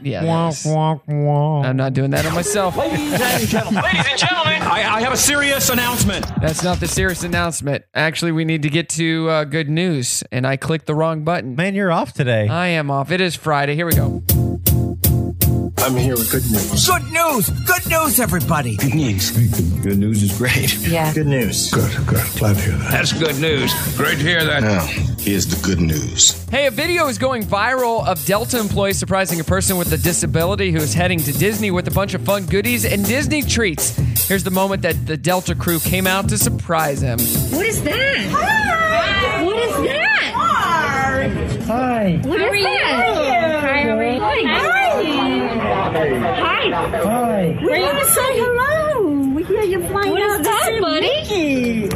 Speaker 2: Yeah, that was- I'm not doing that on myself.
Speaker 10: Ladies and gentlemen, I, I have a serious announcement.
Speaker 2: That's not the serious announcement. Actually, we need to get to uh, good news, and I clicked the wrong button.
Speaker 4: Man, you're off today.
Speaker 2: I am off. It is Friday. Here we go.
Speaker 12: I'm here with good news.
Speaker 3: Good news! Good news, everybody!
Speaker 12: Good news. Good news is great. Yeah. Good news. Good, good. Glad to hear that.
Speaker 10: That's good news. Great to hear that.
Speaker 12: Now, here's the good news.
Speaker 2: Hey, a video is going viral of Delta employees surprising a person with a disability who is heading to Disney with a bunch of fun goodies and Disney treats. Here's the moment that the Delta crew came out to surprise him.
Speaker 13: What is that? What is that? Hi. What is that? Hi. Hi. Hi. Hi. We're going to say hello. We hear you flying what out is that, buddy?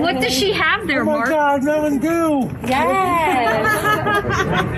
Speaker 13: What does she have there, Mark?
Speaker 3: God, that was goo!
Speaker 13: Yes.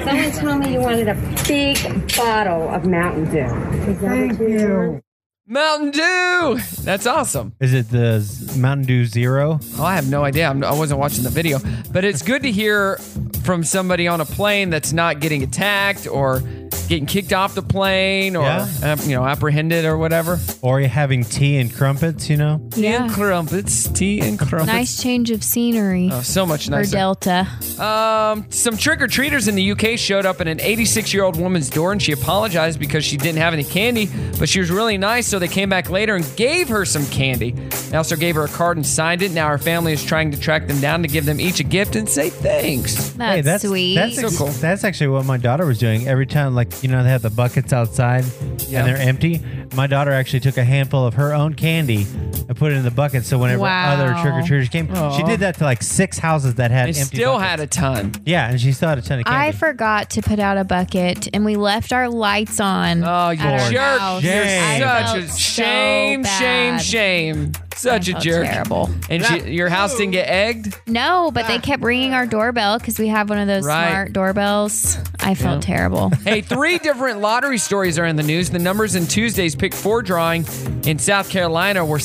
Speaker 13: Someone told me you wanted a big bottle of Mountain Dew. Thank you.
Speaker 2: Mountain Dew! That's awesome.
Speaker 4: Is it the Z- Mountain Dew Zero?
Speaker 2: Oh, I have no idea. I'm, I wasn't watching the video, but it's good to hear from somebody on a plane that's not getting attacked or getting kicked off the plane or
Speaker 4: Yeah.
Speaker 2: um, you know apprehended or whatever.
Speaker 4: Or you having tea and crumpets? You know,
Speaker 2: And
Speaker 11: yeah.
Speaker 2: crumpets, tea and crumpets.
Speaker 11: Nice change of scenery
Speaker 2: Oh, so much
Speaker 11: for
Speaker 2: nicer.
Speaker 11: Delta.
Speaker 2: Um, some trick or treaters in the UK showed up at an 86 year old woman's door and she apologized because she didn't have any candy, but she was really nice, so they came back later and gave her some candy. They also gave her a card and signed it. Now her family is trying to track them down to give them each a gift and say thanks.
Speaker 11: That's,
Speaker 4: hey, that's
Speaker 11: sweet.
Speaker 4: That's
Speaker 2: So cool.
Speaker 4: That's actually what my daughter was doing every time. Like you know, they have the buckets outside
Speaker 2: Yeah.
Speaker 4: and they're empty. My daughter actually took a handful of her own candy and put it in the bucket. So whenever
Speaker 11: Wow.
Speaker 4: other trick or treaters came, she
Speaker 2: Aw.
Speaker 4: did that to like six houses that had
Speaker 2: They
Speaker 4: empty.
Speaker 2: still
Speaker 4: buckets.
Speaker 2: had a ton.
Speaker 4: yeah, and she still had a ton of
Speaker 11: I
Speaker 4: candy.
Speaker 11: forgot to put out a bucket and we left our lights on.
Speaker 2: Oh, you
Speaker 11: at our
Speaker 2: jerk.
Speaker 11: house.
Speaker 2: You're
Speaker 4: Shame.
Speaker 11: I
Speaker 2: such a
Speaker 11: felt so
Speaker 2: shame, shame,
Speaker 11: bad.
Speaker 2: shame. Such
Speaker 11: I
Speaker 2: a
Speaker 11: felt
Speaker 2: jerk.
Speaker 11: Terrible.
Speaker 2: And she, your house didn't get egged?
Speaker 11: No, but they kept ringing our doorbell because we have one of those
Speaker 2: Ah. Right.
Speaker 11: smart doorbells. I felt terrible.
Speaker 2: Hey, three different lottery stories are in the news. The numbers in Tuesday's pick four drawing in South Carolina were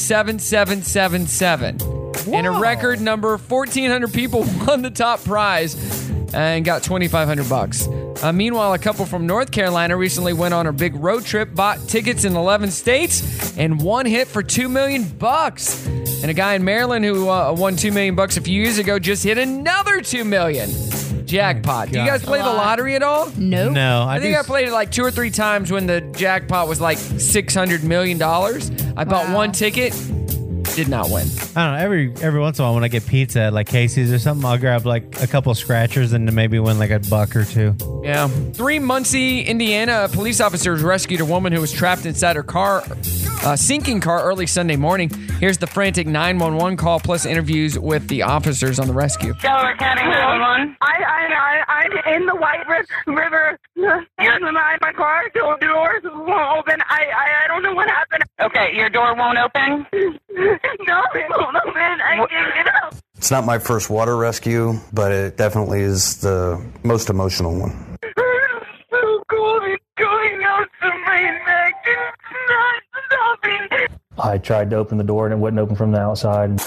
Speaker 2: 7777. And a record number 1,400 people won the top prize and got 2,500 bucks. Uh, meanwhile, a couple from North Carolina recently went on a big road trip, bought tickets in 11 states, and one hit for 2 million bucks. And a guy in Maryland who uh, won 2 million bucks a few years ago just hit another 2 million. jackpot. Do you guys
Speaker 4: God.
Speaker 2: play the lottery at all?
Speaker 4: No. No, I
Speaker 2: I, think
Speaker 4: do
Speaker 2: I played it like two or three times when the jackpot was like six hundred million dollars. I bought one ticket, did not win.
Speaker 4: I don't know. Every every once in a while, when I get pizza at like Casey's or something, I'll grab like a couple scratchers and then maybe win like a buck or two.
Speaker 2: Yeah. Three Muncie, Indiana police officers rescued a woman who was trapped inside her car, uh, sinking car, early Sunday morning. Here's the frantic 911 call plus interviews with the officers on the rescue.
Speaker 13: Delaware County 911. I, I, I, I'm in the White Ri- River. Here's my, my car. Door, doors won't open. I, I, I don't know what happened. Okay, your door won't open? no, it won't open. I can't get out.
Speaker 14: It's not my first water rescue, but it definitely is the most emotional one.
Speaker 13: So cold. It's going out to my neck. It's not stopping.
Speaker 15: I tried to open the door and it wouldn't open from the outside.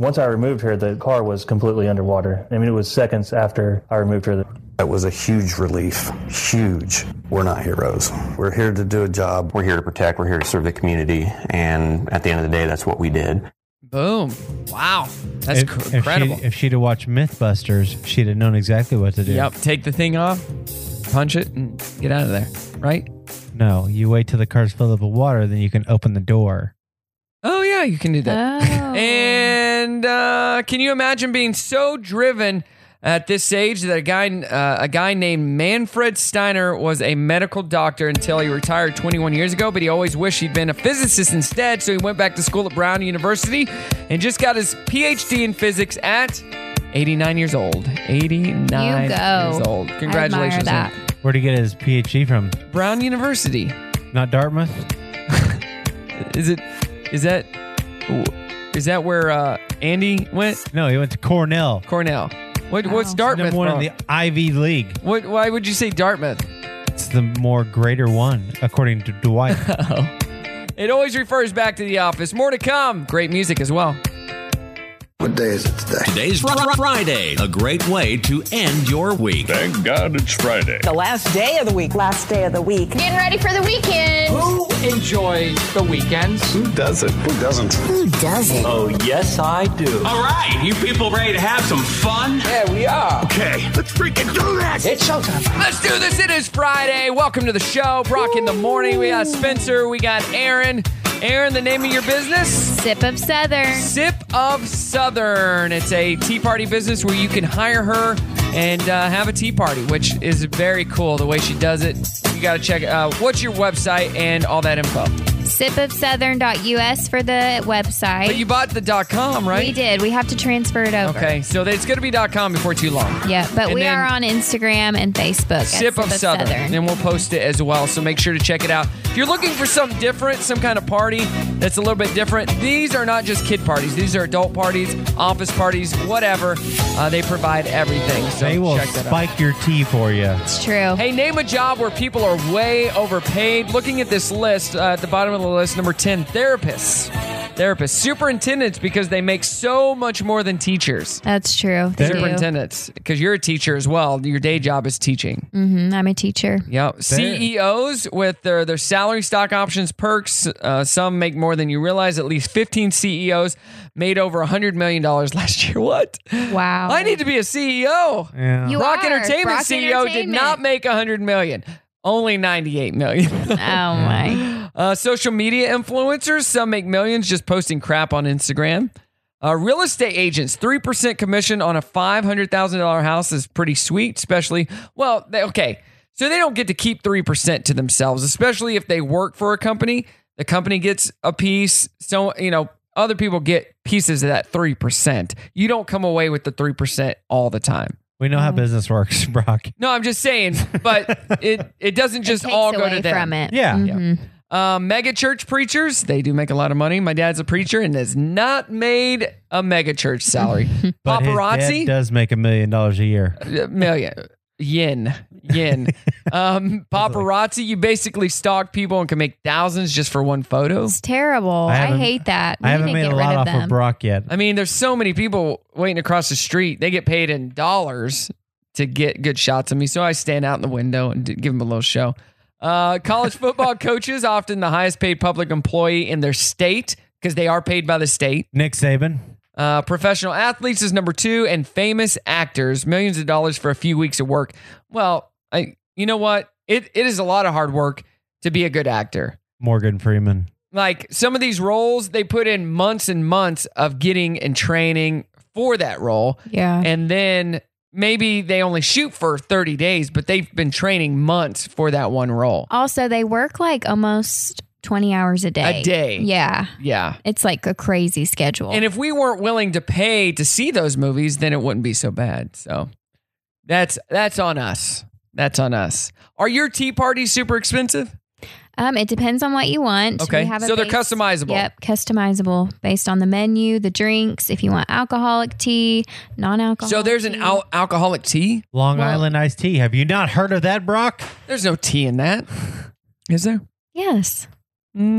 Speaker 15: Once I removed her, the car was completely underwater. I mean, it was seconds after I removed her.
Speaker 14: That was a huge relief. Huge. We're not heroes. We're here to do a job. We're here to protect. We're here to serve the community. And at the end of the day, that's what we did.
Speaker 2: Boom. Wow. That's
Speaker 4: If-
Speaker 2: cr-
Speaker 4: if she-
Speaker 2: incredible.
Speaker 4: If she'd have watched MythBusters, she'd have known exactly what to do.
Speaker 2: Yep. Take the thing off, punch it, and get out of there. Right?
Speaker 4: No, you wait till the car's filled up with water, then you can open the door.
Speaker 2: Oh, yeah, you can do that. And uh, can you imagine being so driven at this age that a guy, uh, a guy named Manfred Steiner was a medical doctor until he retired 21 years ago, but he always wished he'd been a physicist instead. So he went back to school at Brown University and just got his PhD in physics at 89 years old. 89
Speaker 11: You go.
Speaker 2: years old.
Speaker 11: I admire
Speaker 2: Congratulations. to
Speaker 11: that.
Speaker 2: him.
Speaker 4: Where'd he get his PhD from?
Speaker 2: Brown University.
Speaker 4: Not Dartmouth?
Speaker 2: Is it? Is that? Is that where uh, Andy went?
Speaker 4: No, he went to Cornell.
Speaker 2: Cornell. What, What's
Speaker 4: Wow.
Speaker 2: Dartmouth?
Speaker 4: Number one in
Speaker 2: from?
Speaker 4: the Ivy League.
Speaker 2: What? Why would you say Dartmouth?
Speaker 4: It's the more greater one, according to Dwight.
Speaker 2: It always refers back to the office. More to come. Great music as well.
Speaker 16: What day is it today? Today's Fri- Fri- Friday. A great way to end your week. Thank God it's Friday.
Speaker 17: The last day of the week. Last day of the week.
Speaker 11: Getting ready for the weekend.
Speaker 17: Who
Speaker 2: enjoys the weekends?
Speaker 16: Who doesn't? Who doesn't? Who doesn't? Oh, yes, I do.
Speaker 18: All right, you people ready to have some fun? Yeah, we are. Okay, let's freaking do this. It's showtime.
Speaker 2: Let's do this. It is Friday. Welcome to the show. Brock in the morning. We got Spencer. We got Aaron. Aaron, the name of your business?
Speaker 11: Sip of Southern.
Speaker 2: Sip of Southern. It's a tea party business where you can hire her and uh, have a tea party, which is very cool the way she does it. You got to check uh, what's your website and all that info.
Speaker 11: Sipofsouthern.us for the website.
Speaker 2: But you bought the .com, right?
Speaker 11: We did. We have to transfer it over.
Speaker 2: Okay, so it's going to be .com before too long.
Speaker 11: Yeah, but
Speaker 2: And
Speaker 11: we
Speaker 2: then-
Speaker 11: are on Instagram and Facebook. at
Speaker 2: Sip of Southern. And we'll post it as well. So make sure to check it out. If you're looking for something different, some kind of party that's a little bit different, these are not just kid parties. These are adult parties, office parties, whatever. Uh, they provide everything. So
Speaker 4: they will
Speaker 2: check that out.
Speaker 4: spike your tea for you.
Speaker 11: It's true.
Speaker 2: Hey, name a job where people are way overpaid. Looking at this list, uh, at the bottom of the list, number 10, therapists. Therapists, superintendents, because they make so much more than teachers.
Speaker 11: That's true. They do.
Speaker 2: Superintendents, because you're a teacher as well. Your day job is teaching.
Speaker 11: Mhm, I'm a teacher.
Speaker 2: Yep. CEOs with their, their salary, stock options, perks. Uh, some make more than you realize. At least 15 CEOs made over $100 million last year. What?
Speaker 11: Wow.
Speaker 2: I need to be a CEO.
Speaker 4: Yeah.
Speaker 11: You
Speaker 2: Rock
Speaker 11: are.
Speaker 2: Entertainment
Speaker 11: Rock
Speaker 2: CEO did not make 100 million. Only 98 million. oh
Speaker 11: my.
Speaker 2: Uh, social media influencers, some make millions just posting crap on Instagram. Uh, real estate agents, 3% commission on a $500,000 house is pretty sweet, especially, well, they, okay. So they don't get to keep 3% to themselves, especially if they work for a company. The company gets a piece. So, you know, other people get pieces of that 3%. You don't come away with the 3% all the time.
Speaker 4: We know how
Speaker 11: Mm.
Speaker 4: business works, Brock.
Speaker 2: No, I'm just saying, but it it doesn't just all go
Speaker 11: away
Speaker 2: to them.
Speaker 11: from it. Mm-hmm.
Speaker 4: Yeah.
Speaker 2: Uh, mega church preachers, they do make a lot of money. My dad's a preacher and has not made a mega church salary.
Speaker 4: But his dad
Speaker 2: Paparazzi,
Speaker 4: does make a million dollars a year.
Speaker 2: Uh, million yen yen. um, paparazzi, you basically stalk people and can make thousands just for one photo.
Speaker 11: It's terrible.
Speaker 2: I
Speaker 11: I,
Speaker 2: haven't-
Speaker 11: hate that.
Speaker 2: I
Speaker 11: We
Speaker 2: haven't
Speaker 11: need to
Speaker 2: made
Speaker 11: get
Speaker 2: a
Speaker 11: rid
Speaker 2: lot
Speaker 11: of
Speaker 2: off of
Speaker 11: them.
Speaker 4: Brock yet.
Speaker 2: I mean, there's so many people waiting across the street. They get paid in dollars to get good shots of me. So I stand out in the window and d- give them a little show. Uh, college football coaches, often the highest paid public employee in their state because they are paid by the state.
Speaker 4: Nick Saban.
Speaker 2: Uh, professional athletes is number two, and famous actors, millions of dollars for a few weeks of work. Well, I, you know what? It it is a lot of hard work to be a good actor.
Speaker 4: Morgan Freeman.
Speaker 2: Like some of these roles, they put in months and months of getting and training for that role.
Speaker 11: Yeah.
Speaker 2: And then maybe they only shoot for 30 days, but they've been training months for that one role.
Speaker 11: Also, they work like almost 20 hours a day.
Speaker 2: A day.
Speaker 11: Yeah.
Speaker 2: Yeah.
Speaker 11: It's like a crazy schedule.
Speaker 2: And if we weren't willing to pay to see those movies, then it wouldn't be so bad. So that's that's on us. That's on us. Are your tea parties super expensive?
Speaker 11: um, it depends on what you want. We
Speaker 2: Okay.
Speaker 11: have a
Speaker 2: So they're
Speaker 11: base-
Speaker 2: customizable.
Speaker 11: Yep, customizable based on the menu, the drinks. If you want alcoholic tea, non-alcoholic.
Speaker 2: So there's an al- alcoholic tea.
Speaker 4: Long Island iced tea. Have you not heard of that, Brock?
Speaker 2: There's no tea in that. Is there? Mm.
Speaker 11: yes.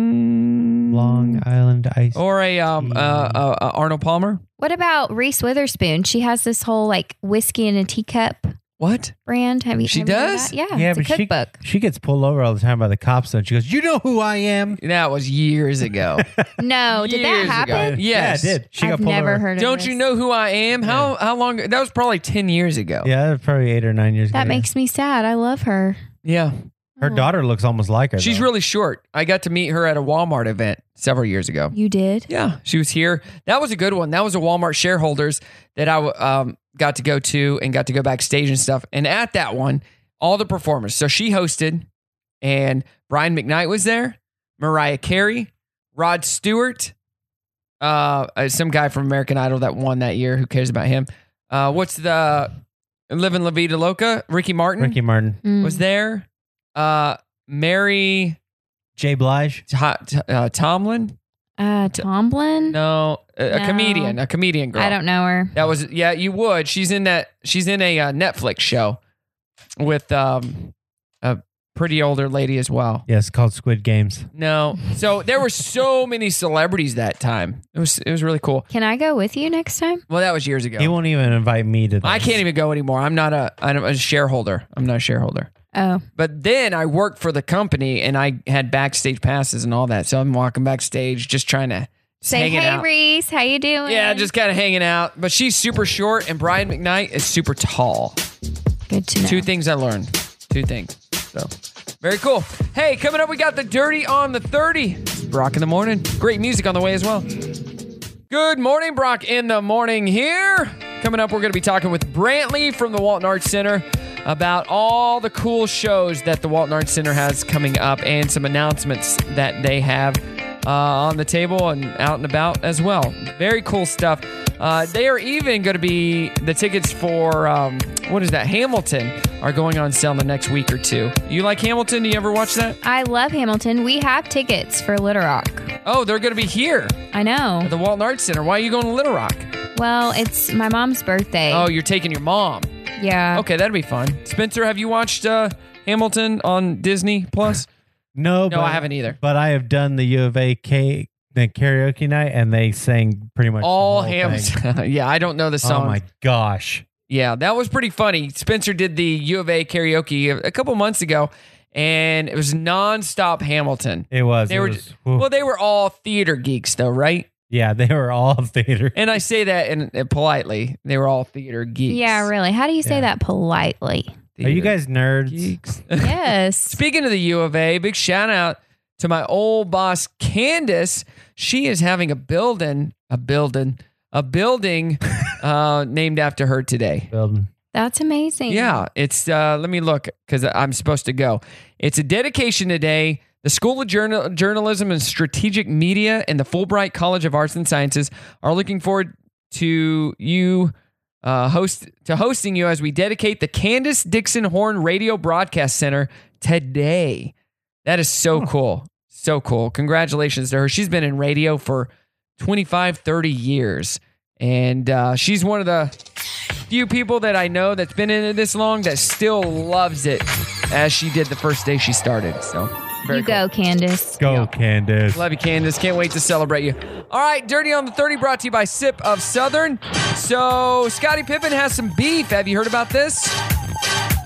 Speaker 11: Mm.
Speaker 4: Long Island iced.
Speaker 2: Or a um uh, uh, uh Arnold Palmer?
Speaker 11: What about Reese Witherspoon? She has this whole like whiskey in a teacup
Speaker 2: What?
Speaker 11: brand. Have you?
Speaker 2: She
Speaker 11: have you heard of
Speaker 2: does?
Speaker 11: that? Yeah. Yeah, it's a
Speaker 4: but she,
Speaker 11: cookbook.
Speaker 4: she gets pulled over all the time by the cops, though. She goes, You know who I am.
Speaker 2: That was years ago.
Speaker 11: no, did that
Speaker 2: Years
Speaker 11: happen?
Speaker 2: ago. Yes.
Speaker 4: Yeah, it did. She
Speaker 11: I've
Speaker 4: got pulled
Speaker 11: never
Speaker 4: over.
Speaker 11: heard of
Speaker 2: Don't
Speaker 11: this.
Speaker 2: you know who I am? How how long? That was probably ten years ago.
Speaker 4: Yeah, that was probably eight or nine years
Speaker 11: That
Speaker 4: ago.
Speaker 11: makes me sad. I love her.
Speaker 2: Yeah,
Speaker 4: Her daughter looks almost like her.
Speaker 2: she's really short. I got to meet her at a Walmart event several years ago.
Speaker 11: You did?
Speaker 2: Yeah, she was here. That was a good one. That was a Walmart shareholders that I um, got to go to and got to go backstage and stuff. And at that one, all the performers. So she hosted, and Brian McKnight was there, Mariah Carey, Rod Stewart, uh, uh, some guy from American Idol that won that year. Who cares about him? Uh, what's the Living La Vida Loca? Ricky Martin
Speaker 4: Ricky Martin.
Speaker 11: Mm.
Speaker 2: was there. Uh, Mary
Speaker 4: Jay Blige.
Speaker 2: T- T- uh, Tomlin.
Speaker 11: Uh, Tomlin.
Speaker 2: No, a, a
Speaker 11: No.
Speaker 2: comedian, a comedian girl.
Speaker 11: I don't know her.
Speaker 2: That was yeah, you would. She's in that. She's in a uh, Netflix show with um a pretty older lady as well.
Speaker 4: Yes, called Squid Games.
Speaker 2: No, so there were so many celebrities that time. It was it was really cool.
Speaker 11: Can I go with you next time?
Speaker 2: Well, that was years ago.
Speaker 4: He won't even invite me to. This.
Speaker 2: I can't even go anymore. I'm not a I'm a shareholder. I'm not a shareholder.
Speaker 11: Oh,
Speaker 2: But then I worked for the company and I had backstage passes and all that. So I'm walking backstage just trying to just
Speaker 11: say
Speaker 2: hanging
Speaker 11: hey,
Speaker 2: out.
Speaker 11: Reese. How you doing?
Speaker 2: Yeah, just kind of hanging out. But she's super short, and Brian McKnight is super tall.
Speaker 11: Good to know.
Speaker 2: Two things I learned. Two things. So, very cool. Hey, coming up, we got the Dirty on the 30. Brock in the morning. Great music on the way as well. Good morning, Brock in the morning here. Coming up, we're going to be talking with Brantley from the Walton Arts Center about all the cool shows that the Walton Arts Center has coming up and some announcements that they have uh, on the table and out and about as well. Very cool stuff. Uh, they are even going to be the tickets for um, what is that? Hamilton are going on sale in the next week or two. You like Hamilton? Do you ever watch that?
Speaker 11: I love Hamilton. We have tickets for Little Rock.
Speaker 2: Oh, they're going to be here
Speaker 11: I know.
Speaker 2: at the Walton Arts Center. Why are you going to Little Rock?
Speaker 11: Well, it's my mom's birthday.
Speaker 2: Oh, you're taking your mom.
Speaker 11: yeah.
Speaker 2: Okay, that'd be fun. Spencer, have you watched uh, Hamilton on Disney Plus?
Speaker 4: No,
Speaker 2: No,
Speaker 4: Oh, but,
Speaker 2: I haven't e- either.
Speaker 4: But I have done the U of A ca- the karaoke night, and they sang pretty much the
Speaker 2: All
Speaker 4: whole thing.
Speaker 2: Hamilton. yeah, I don't know the
Speaker 4: Oh
Speaker 2: song.
Speaker 4: my gosh!
Speaker 2: Yeah, that was pretty funny. Spencer did the U of A karaoke a- a couple months ago, and it was nonstop Hamilton.
Speaker 4: It was.
Speaker 2: They
Speaker 4: it
Speaker 2: were
Speaker 4: was-
Speaker 2: ju-
Speaker 4: whew.
Speaker 2: well, they were all theater geeks, though, right?
Speaker 4: yeah, they were all theater.
Speaker 2: And I say that in, uh, politely. They were all theater geeks.
Speaker 11: Yeah, really. How do you say that politely?
Speaker 4: Are you guys nerds?
Speaker 2: geeks.
Speaker 11: Yes.
Speaker 2: Speaking of the U of A, big shout out to my old boss Candace. She is having a building, a building, a building uh, named after her today.
Speaker 4: Building.
Speaker 11: That's amazing.
Speaker 2: Yeah, it's uh, let me look because I'm supposed to go. It's a dedication today. The School of Journal- Journalism and Strategic Media and the Fulbright College of Arts and Sciences are looking forward to you uh, host to hosting you as we dedicate the Candace Dixon Horn Radio Broadcast Center today. That is so cool. So cool. Congratulations to her. She's been in radio for 25, 30 years. And uh, she's one of the few people that I know that's been in it this long that still loves it as she did the first day she started. So, very
Speaker 11: you go, Candace.
Speaker 4: Go, Candace.
Speaker 2: Love you, Candace. Can't wait to celebrate you. All right, Dirty on the 30 brought to you by Sip of Southern. So, Scottie Pippen has some beef. Have you heard about this?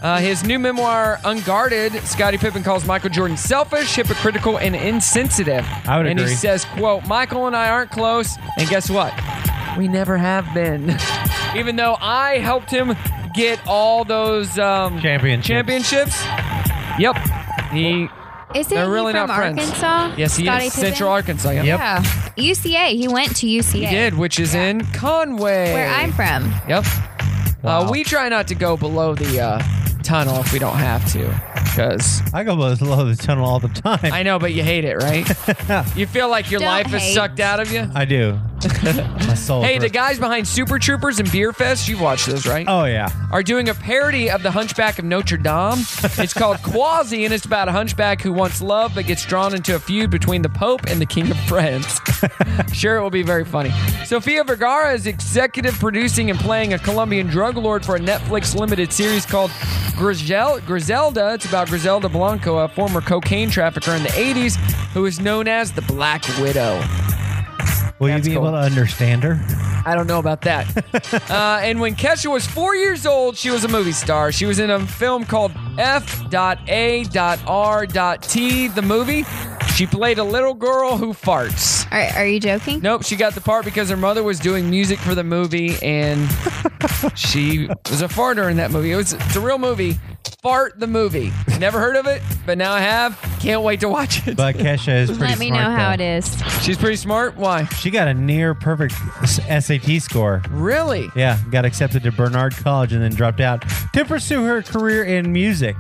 Speaker 2: Uh, his new memoir, Unguarded, Scottie Pippen calls Michael Jordan selfish, hypocritical, and insensitive.
Speaker 4: I would
Speaker 2: and he
Speaker 4: agree.
Speaker 2: says, quote, Michael and I aren't close, and guess what? We never have been. Even though I helped him get all those um, championships. Yep. He.
Speaker 11: Isn't
Speaker 2: they're
Speaker 11: he
Speaker 2: really
Speaker 11: from
Speaker 2: not friends.
Speaker 11: Arkansas?
Speaker 2: Yes, he
Speaker 11: Scottie
Speaker 2: is.
Speaker 11: Pippen?
Speaker 2: Central Arkansas. Yep.
Speaker 11: Yeah. UCA. He went to UCA.
Speaker 2: He did, which is in Conway.
Speaker 11: Where I'm from.
Speaker 2: Yep. Uh, we try not to go below the uh, tunnel if we don't have to, because
Speaker 4: I go below the tunnel all the time.
Speaker 2: I know, but you hate it, right? you feel like your
Speaker 11: Don't
Speaker 2: life is
Speaker 11: hate.
Speaker 2: sucked out of you.
Speaker 4: I do. My soul.
Speaker 2: Hey, the
Speaker 4: hurts.
Speaker 2: guys behind Super Troopers and Beer Fest, you've watched those, right?
Speaker 4: Oh yeah.
Speaker 2: Are doing a parody of the Hunchback of Notre Dame. It's called Quasi, and it's about a hunchback who wants love but gets drawn into a feud between the Pope and the King of France. sure, it will be very funny. Sofia Vergara is executive producing and playing a Colombian drug lord for a Netflix limited series called Grisel- Griselda. It's about Griselda Blanco, a former cocaine trafficker in the 80s who is known as the Black Widow.
Speaker 4: Will you be able to understand her?
Speaker 2: I don't know about that. uh, and when Kesha was four years old, she was a movie star. She was in a film called F.A.R.T, the movie. She played a little girl who farts.
Speaker 11: Are, are you joking?
Speaker 2: Nope, she got the part because her mother was doing music for the movie and she was a farter in that movie. It was it's a real movie. Fart the movie. Never heard of it, but now I have. Can't wait to watch it.
Speaker 4: But Kesha is pretty
Speaker 11: Let me
Speaker 4: smart,
Speaker 11: know how
Speaker 4: though.
Speaker 11: it is.
Speaker 2: She's pretty smart. Why?
Speaker 4: She got a near perfect s- SAT score.
Speaker 2: Really?
Speaker 4: Yeah, got accepted to Bernard College and then dropped out to pursue her career in music.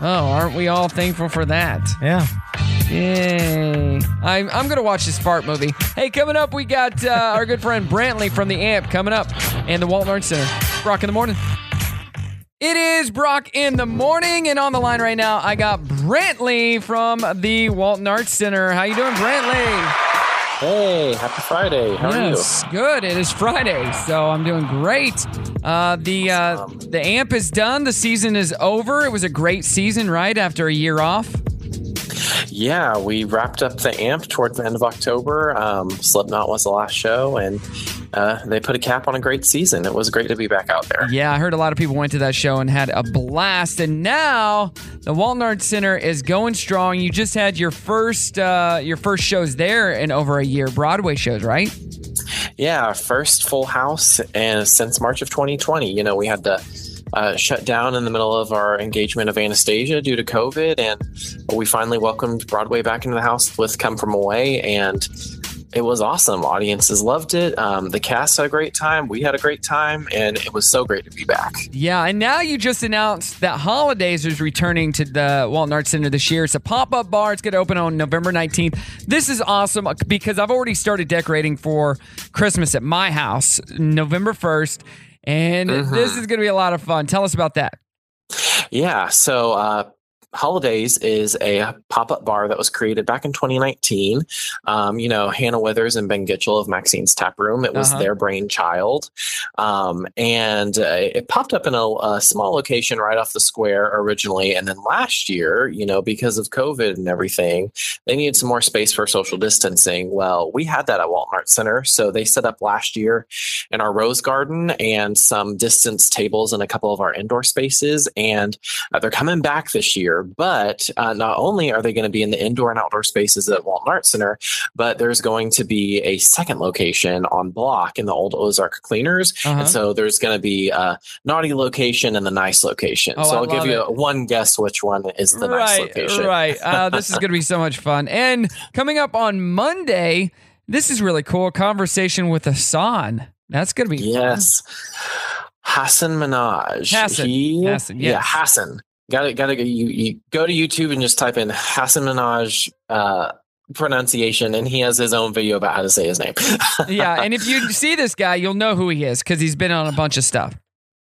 Speaker 2: Oh, aren't we all thankful for that?
Speaker 4: Yeah.
Speaker 2: Yay. I'm, I'm going to watch this fart movie. Hey, coming up, we got uh, our good friend Brantley from the AMP coming up and the Walt Learn Center. Brock in the morning. It is Brock in the morning, and on the line right now, I got Brantley from the Walton Arts Center. How you doing, Brantley?
Speaker 19: Hey, happy Friday. How
Speaker 2: yes, good. It is Friday, so I'm doing great. Uh, the uh, the amp is done. The season is over. It was a great season, right? After a year off.
Speaker 19: are you? Yeah, we wrapped up the amp towards the end of October. Um, Slipknot was the last show, and uh, they put a cap on a great season. It was great to be back out there.
Speaker 2: Yeah, I heard a lot of people went to that show and had a blast. And now the Walton Arts Center is going strong. You just had your first uh, your first shows there in over a year, Broadway shows, right?
Speaker 19: Yeah, first full house and since March of 2020. You know, we had to uh, shut down in the middle of our engagement of Anastasia due to COVID, and we finally welcomed Broadway back into the house with Come From Away, and it was awesome. Audiences loved it. Um, the cast had a great time. We had a great time, and it was so great to be back.
Speaker 2: Yeah, and now you just announced that Holidays is returning to the Walton Arts Center this year. It's a pop up bar. It's going to open on November 19th. This is awesome uh, because I've already started decorating for Christmas at my house November 1st. And
Speaker 19: Mhm.
Speaker 2: this is going to be a lot of fun. Tell us about that.
Speaker 19: Yeah. So, uh, Holidays is a pop up bar that was created back in 2019. Um, you know, Hannah Withers and Ben Gitchell of Maxine's Tap Room. It was
Speaker 20: Uh-huh.
Speaker 19: their brainchild. Um, and uh, it popped up in a, a small location right off the square originally. And then last year, you know, because of COVID and everything, they needed some more space for social distancing. Well, we had that at Walton Arts Center. So they set up last year in our rose garden and some distance tables in a couple of our indoor spaces. And uh, they're coming back this year. But uh, not only are they going to be in the indoor and outdoor spaces at Walton Arts Center, but there's going to be a second location on block in the old Ozark Cleaners.
Speaker 2: Uh-huh.
Speaker 19: And so there's going to be a naughty location and the nice location.
Speaker 2: Oh,
Speaker 19: so
Speaker 2: I
Speaker 19: I'll give
Speaker 2: love
Speaker 19: you
Speaker 2: it.
Speaker 19: one guess which one is the nice location.
Speaker 2: Right. Uh, this is going to be so much fun. And coming up on Monday, this is really cool. Conversation with Hassan. That's going to be
Speaker 19: yes. Hassan Minaj.
Speaker 2: Hassan.
Speaker 19: He,
Speaker 2: Hassan,
Speaker 19: Yeah,
Speaker 2: yes.
Speaker 19: Hassan. Got to, got to. You, you go to YouTube and just type in Hassan Minaj uh, pronunciation, and he has his own video about how to say his name.
Speaker 2: yeah. And if you see this guy, you'll know who he is because he's been on a bunch of stuff.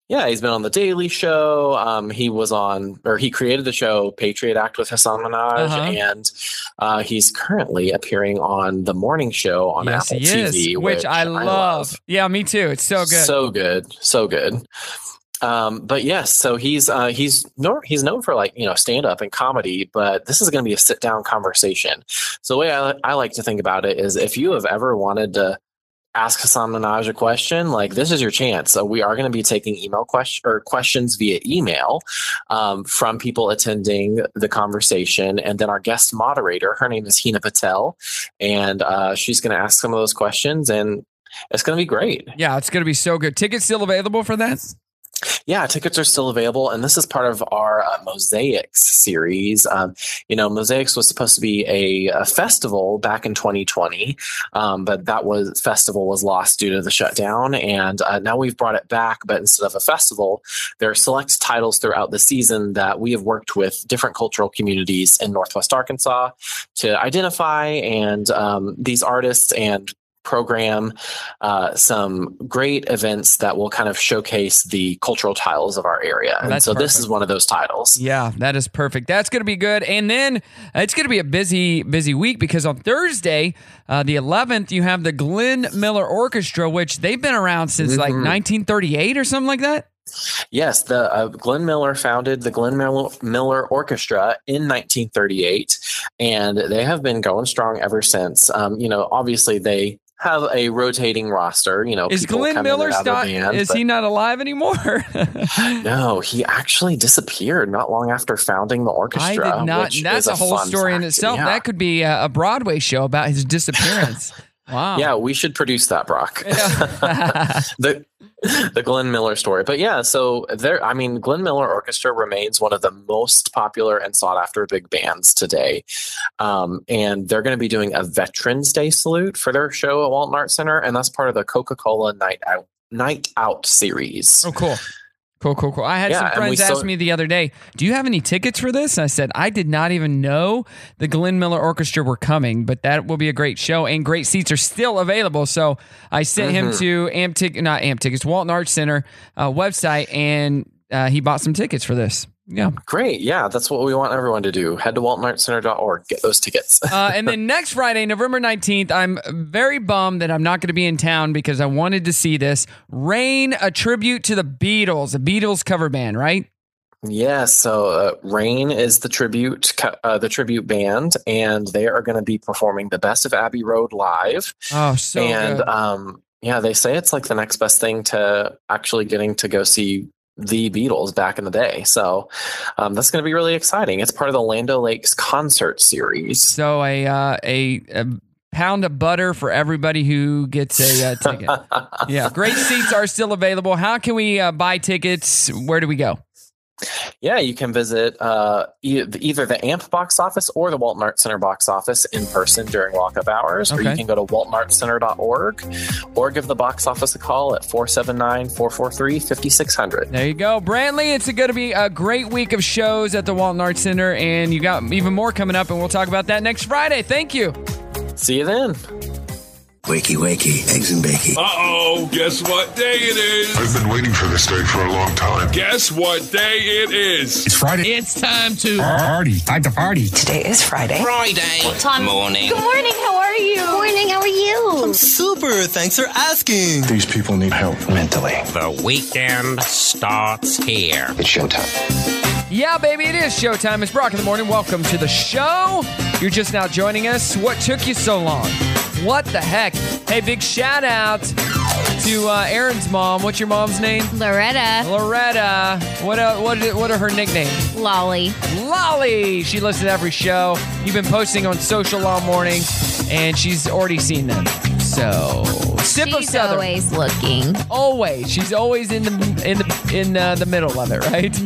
Speaker 19: Yeah, he's been on the Daily Show. Um, he was on, or he created the show Patriot Act with Hassan Minaj,
Speaker 2: Uh-huh.
Speaker 19: and uh, he's currently appearing on the Morning Show on
Speaker 2: yes,
Speaker 19: Apple
Speaker 2: he is,
Speaker 19: TV,
Speaker 2: which, I, love. Yeah, me too. It's so good.
Speaker 19: So good, so good. Um, but yes, so he's uh, he's nor- he's known for like you know stand up and comedy, but this is going to be a sit down conversation. So the way I, I like to think about it is, if you have ever wanted to ask Hassan Minaj a question, like this is your chance. So we are going to be taking email question or questions via email um, from people attending the conversation, and then our guest moderator, her name is Hina Patel, and uh, she's going to ask some of those questions and. It's going to be great.
Speaker 2: Yeah, it's going to be so good. Tickets still available for that?
Speaker 19: Yeah, tickets are still available, and this is part of our uh, Mosaics series. Um, you know, Mosaics was supposed to be a, a festival back in 2020, um, but that was festival was lost due to the shutdown, and uh, now we've brought it back. But instead of a festival, there are select titles throughout the season that we have worked with different cultural communities in Northwest Arkansas to identify, and um, these artists and program uh, some great events that will kind of showcase the cultural titles of our area. and
Speaker 2: That's
Speaker 19: so this
Speaker 2: perfect.
Speaker 19: is one of those titles.
Speaker 2: Yeah, that is perfect. That's going to be good. And then uh, it's going to be a busy, busy week because on Thursday, uh, the 11th, you have the Glenn Miller Orchestra, which they've been around since like
Speaker 19: Mhm.
Speaker 2: 1938 or something like that.
Speaker 19: Yes, the uh, Glenn Miller founded the Glenn Miller, Miller Orchestra in 1938, and they have been going strong ever since. Um, you know, obviously they have a rotating roster. You know,
Speaker 2: Is
Speaker 19: Oh, people
Speaker 2: Glenn
Speaker 19: come in and
Speaker 2: Miller
Speaker 19: out of the
Speaker 2: not?
Speaker 19: band,
Speaker 2: Is
Speaker 19: but-
Speaker 2: he not alive anymore?
Speaker 19: No, he actually disappeared not long after founding the
Speaker 2: I
Speaker 19: orchestra.
Speaker 2: did not.
Speaker 19: which
Speaker 2: That's
Speaker 19: is
Speaker 2: a whole
Speaker 19: fun
Speaker 2: story in
Speaker 19: fact.
Speaker 2: itself.
Speaker 19: Yeah.
Speaker 2: That could be a, a Broadway show about his disappearance. wow.
Speaker 19: Yeah, we should produce that, Brock. the the Glenn Miller story. But yeah, so there I mean Glenn Miller Orchestra remains one of the most popular and sought after big bands today. Um, and they're going to be doing a Veterans Day salute for their show at Walton Art Center and that's part of the Coca-Cola Night Out Night Out series.
Speaker 2: Oh, cool. Cool, cool, cool. I had
Speaker 19: Yeah,
Speaker 2: some
Speaker 19: and we
Speaker 2: friends ask
Speaker 19: still-
Speaker 2: me the other day, "Do you have any tickets for this?" And I said, "I did not even know the Glenn Miller Orchestra were coming, but that will be a great show, and great seats are still available." So I sent him
Speaker 19: Mhm.
Speaker 2: to Amtic, not Amtickets, Walton Arts Center uh, website, and uh, he bought some tickets for this. Yeah.
Speaker 19: Great. Yeah, that's what we want everyone to do. Head to waltonartcenter.org, get those tickets.
Speaker 2: uh, and then next Friday, November 19th, I'm very bummed that I'm not going to be in town because I wanted to see this. Rain, a tribute to the Beatles, a Beatles cover band, right?
Speaker 19: Yeah, so uh, Rain is the tribute co- uh, the tribute band, and they are going to be performing the best of Abbey Road live.
Speaker 2: Oh, so
Speaker 19: and
Speaker 2: good.
Speaker 19: um, yeah, they say it's like the next best thing to actually getting to go see the Beatles back in the day. So um, that's going to be really exciting. It's part of the Lando Lakes concert series.
Speaker 2: So a uh, a, a pound of butter for everybody who gets a uh, ticket. yeah, great seats are still available. How can we uh, buy tickets? Where do we go?
Speaker 19: Yeah, you can visit uh, e- either the AMP box office or the Walton Art Center box office in person during walk-up hours, or
Speaker 2: Okay.
Speaker 19: you can go to waltonartcenter.org or give the box office a call at 479-443-5600.
Speaker 2: There you go, Brantley. It's going to be a great week of shows at the Walton Arts Center, and you got even more coming up, and we'll talk about that next Friday. Thank you.
Speaker 19: See you then.
Speaker 12: Wakey, wakey, eggs and bacon.
Speaker 1: Uh oh, guess what day it is? I've been waiting for this day for a long time. Guess what day it is? It's Friday. It's time to party. Time to party. Today is Friday.
Speaker 20: Friday. What time? Morning.
Speaker 9: morning. How are you? Morning. How are you?
Speaker 20: I'm super. Thanks for asking.
Speaker 12: These people need help mentally.
Speaker 16: The weekend starts here. It's showtime.
Speaker 2: Yeah, baby, it is showtime. It's Brock in the morning. Welcome to the show. You're just now joining us. What took you so long? What the heck? Hey, big shout out to uh, Aaron's mom. What's your mom's name?
Speaker 11: Loretta.
Speaker 2: Loretta. What uh, what what are her nicknames?
Speaker 11: Lolly.
Speaker 2: Lolly. She listens to every show. You've been posting on social all morning, and she's already seen them. So sip of
Speaker 11: She's
Speaker 2: Southern.
Speaker 11: always looking.
Speaker 2: Always. She's always in the in the in uh, the middle of it, right?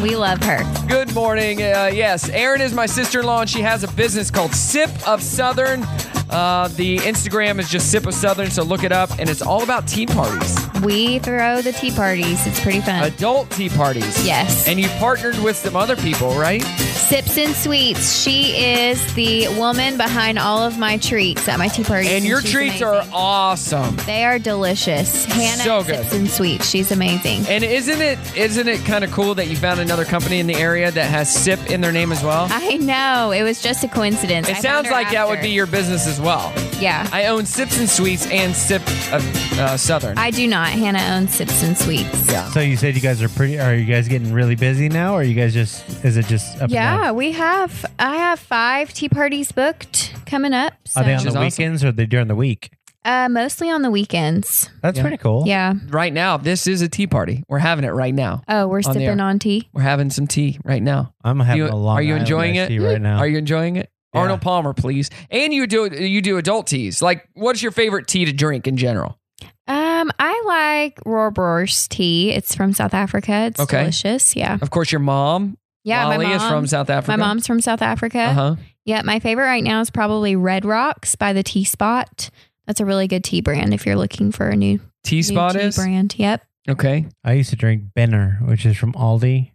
Speaker 11: We love her.
Speaker 2: Good morning. Uh, yes, Erin is my sister in law, and she has a business called Sip of Southern. Uh, the Instagram is just Sip of Southern, so look it up, and it's all about tea parties,
Speaker 11: We throw the tea parties. It's pretty fun.
Speaker 2: adult tea parties.
Speaker 11: Yes.
Speaker 2: And you partnered with some other people, right?
Speaker 11: Sips and Sweets. She is the woman behind all of my treats at my tea parties.
Speaker 2: And your
Speaker 11: she's
Speaker 2: treats
Speaker 11: amazing.
Speaker 2: are awesome.
Speaker 11: They are delicious. Hannah
Speaker 2: So
Speaker 11: at
Speaker 2: good.
Speaker 11: Sips and Sweets. She's amazing.
Speaker 2: And isn't it isn't it kind of cool that you found another company in the area that has Sip in their name as well?
Speaker 11: I know. It was just a coincidence. I
Speaker 2: it
Speaker 11: found
Speaker 2: sounds
Speaker 11: her
Speaker 2: like that would
Speaker 11: after.
Speaker 2: be your business as well.
Speaker 11: Yeah.
Speaker 2: I own Sips and Sweets and Sip of uh, Southern.
Speaker 11: I do not. Hannah owns Sips and Sweets.
Speaker 2: Yeah.
Speaker 4: So you said you guys are pretty. Are you guys getting really busy now? Or are you guys just? Is it just? Up and down?
Speaker 11: Yeah, we have. I have five tea parties booked coming up. So.
Speaker 4: Are they on the weekends or are they during the week?
Speaker 11: Uh, mostly on the weekends.
Speaker 4: That's pretty cool.
Speaker 11: Yeah.
Speaker 2: Right now, this is a tea party. We're having it right now.
Speaker 11: Oh, we're
Speaker 2: the
Speaker 11: sipping
Speaker 2: air.
Speaker 11: on tea.
Speaker 2: We're having some tea right now.
Speaker 4: I'm having
Speaker 2: You-
Speaker 4: a long.
Speaker 2: Are you
Speaker 4: Island
Speaker 2: enjoying
Speaker 4: iced
Speaker 2: it Mm.
Speaker 4: tea right now?
Speaker 2: Are you enjoying it? Arnold Palmer, please. And you do you do adult teas. Like, what's your favorite tea to drink in general?
Speaker 11: Um, I like Rohrbrust tea. It's from South Africa. It's
Speaker 2: Okay.
Speaker 11: delicious. Yeah.
Speaker 2: Of course, your mom.
Speaker 11: Yeah, my
Speaker 2: Molly
Speaker 11: mom
Speaker 2: is from South Africa.
Speaker 11: My mom's from South Africa.
Speaker 2: Uh-huh.
Speaker 11: Yeah, my favorite right now is probably Red Rocks by the Tea Spot. That's a really good tea brand if you're looking for a new
Speaker 2: Tea
Speaker 11: new
Speaker 2: Spot
Speaker 11: tea
Speaker 2: is?
Speaker 11: brand. Yep.
Speaker 2: Okay.
Speaker 4: I used to drink Benner, which is from Aldi.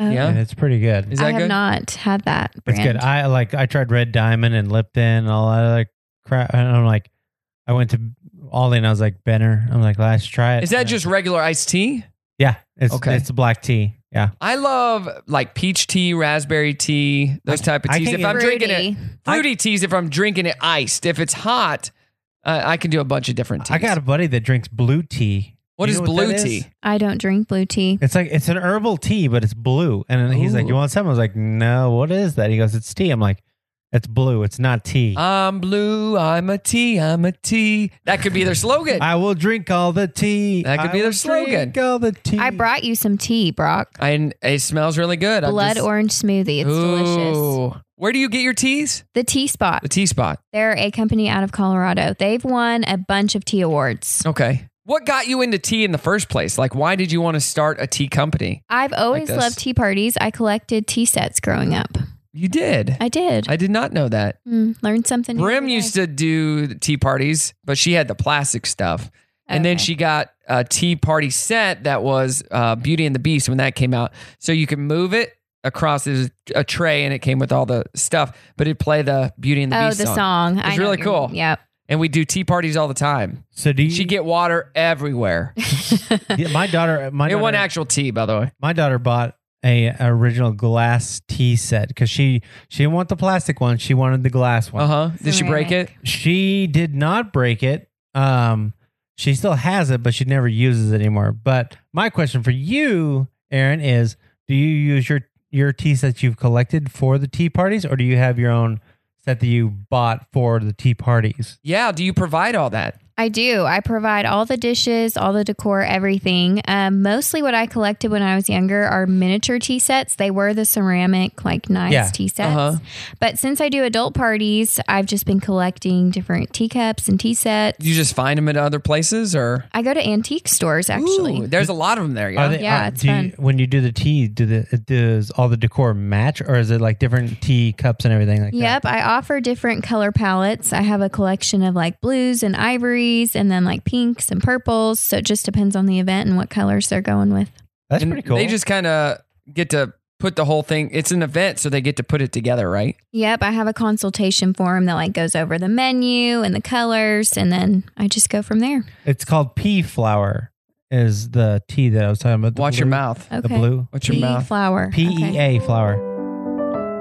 Speaker 11: Oh. Yeah?
Speaker 4: And it's pretty good.
Speaker 11: I have not had that brand.
Speaker 4: It's good. I like. I tried Red Diamond and Lipton and all that other crap, and I'm like, I went to Aldi and I was like Benner. I'm like, let's try it.
Speaker 2: Is that just regular iced tea?
Speaker 4: yeah, it's
Speaker 2: Okay.
Speaker 4: It's black tea. Yeah.
Speaker 2: I love like peach tea, raspberry tea, those type of
Speaker 4: I
Speaker 2: teas.
Speaker 4: can't
Speaker 2: If I'm
Speaker 4: get-
Speaker 2: drinking it, fruity teas. If I'm drinking it iced, if it's hot, uh, I can do a bunch of different teas.
Speaker 4: I got a buddy that drinks blue tea.
Speaker 2: What
Speaker 4: You
Speaker 2: is
Speaker 4: know
Speaker 2: blue
Speaker 4: that
Speaker 2: tea?
Speaker 11: I don't drink blue tea.
Speaker 4: It's like it's an herbal tea, but it's blue. And then he's like, "You want some?" I was like, "No, what is that?" He goes, "It's tea." I'm like, "It's blue. It's not tea."
Speaker 2: I'm blue. I'm a tea. I'm a tea. That could be their slogan.
Speaker 4: I will drink all the tea.
Speaker 2: That could
Speaker 4: I
Speaker 2: be their
Speaker 4: will
Speaker 2: slogan.
Speaker 4: drink all the tea.
Speaker 11: I brought you some tea, Brock.
Speaker 2: And it smells really good. I'm
Speaker 11: Blood
Speaker 2: just-
Speaker 11: orange smoothie. It's delicious.
Speaker 2: Ooh. Where do you get your teas?
Speaker 11: The Tea Spot.
Speaker 2: The tea spot.
Speaker 11: They're a company out of Colorado. They've won a bunch of tea awards.
Speaker 2: Okay. What got you into tea in the first place? Like, why did you want to start a tea company?
Speaker 11: I've always
Speaker 2: this.
Speaker 11: loved tea parties. I collected tea sets growing up.
Speaker 2: You did.
Speaker 11: I did.
Speaker 2: I did not know that.
Speaker 11: Mm, learned something. new
Speaker 2: Brim
Speaker 11: every
Speaker 2: used
Speaker 11: day.
Speaker 2: to do the tea parties, but she had the plastic stuff. And then she got a tea party set that was uh, Beauty and the Beast when that came out. So you could move it across it was a tray and it came with all the stuff, but it'd play the Beauty and the
Speaker 11: Oh,
Speaker 2: Beast
Speaker 11: the
Speaker 2: song.
Speaker 11: song. I
Speaker 2: It's
Speaker 11: know
Speaker 2: really
Speaker 11: what you're-
Speaker 2: cool.
Speaker 11: Yep.
Speaker 2: And we do tea parties all the time.
Speaker 4: So do you?
Speaker 2: She'd get water everywhere.
Speaker 4: Yeah, my daughter. My
Speaker 2: it
Speaker 4: daughter,
Speaker 2: wasn't actual tea, by the way.
Speaker 4: my daughter bought a original glass tea set because she she didn't want the plastic one. She wanted the glass one.
Speaker 2: Uh huh. Did she break it?
Speaker 4: She did not break it. Um, she still has it, but she never uses it anymore. But my question for you, Aaron, is: Do you use your your tea sets you've collected for the tea parties, or do you have your own set that you bought for the tea parties?
Speaker 2: Yeah. Do you provide all that?
Speaker 11: I do. I provide all the dishes, all the decor, everything. Um, mostly what I collected when I was younger are miniature tea sets. They were the ceramic, like nice
Speaker 2: Yeah.
Speaker 11: tea sets.
Speaker 2: Uh-huh.
Speaker 11: But since I do adult parties, I've just been collecting different teacups and tea sets.
Speaker 2: You just find them at other places or?
Speaker 11: I go to antique stores actually.
Speaker 2: Ooh, there's a lot of them there. Yeah.
Speaker 4: Are they-
Speaker 11: Yeah,
Speaker 4: are-
Speaker 11: it's
Speaker 4: do you-
Speaker 11: fun.
Speaker 4: when you do the tea, do the does all the decor match, or is it like different tea cups and everything like
Speaker 11: Yep, I offer different color palettes. I have a collection of like blues and ivories and then like pinks and purples. So it just depends on the event and what colors they're going with.
Speaker 4: That's
Speaker 2: pretty cool. They just kind of get to put the whole thing. It's an event, so they get to put it together, right?
Speaker 11: Yep, I have a consultation form that like goes over the menu and the colors and then I just go from there.
Speaker 4: that? It's called pea flower. Is the tea that I was talking about? the
Speaker 2: Watch your
Speaker 4: blue-
Speaker 2: mouth.
Speaker 11: Oh.
Speaker 4: The blue.
Speaker 2: Watch your
Speaker 11: Pea
Speaker 2: mouth.
Speaker 11: Flower.
Speaker 4: P E
Speaker 11: Okay.
Speaker 4: A flower.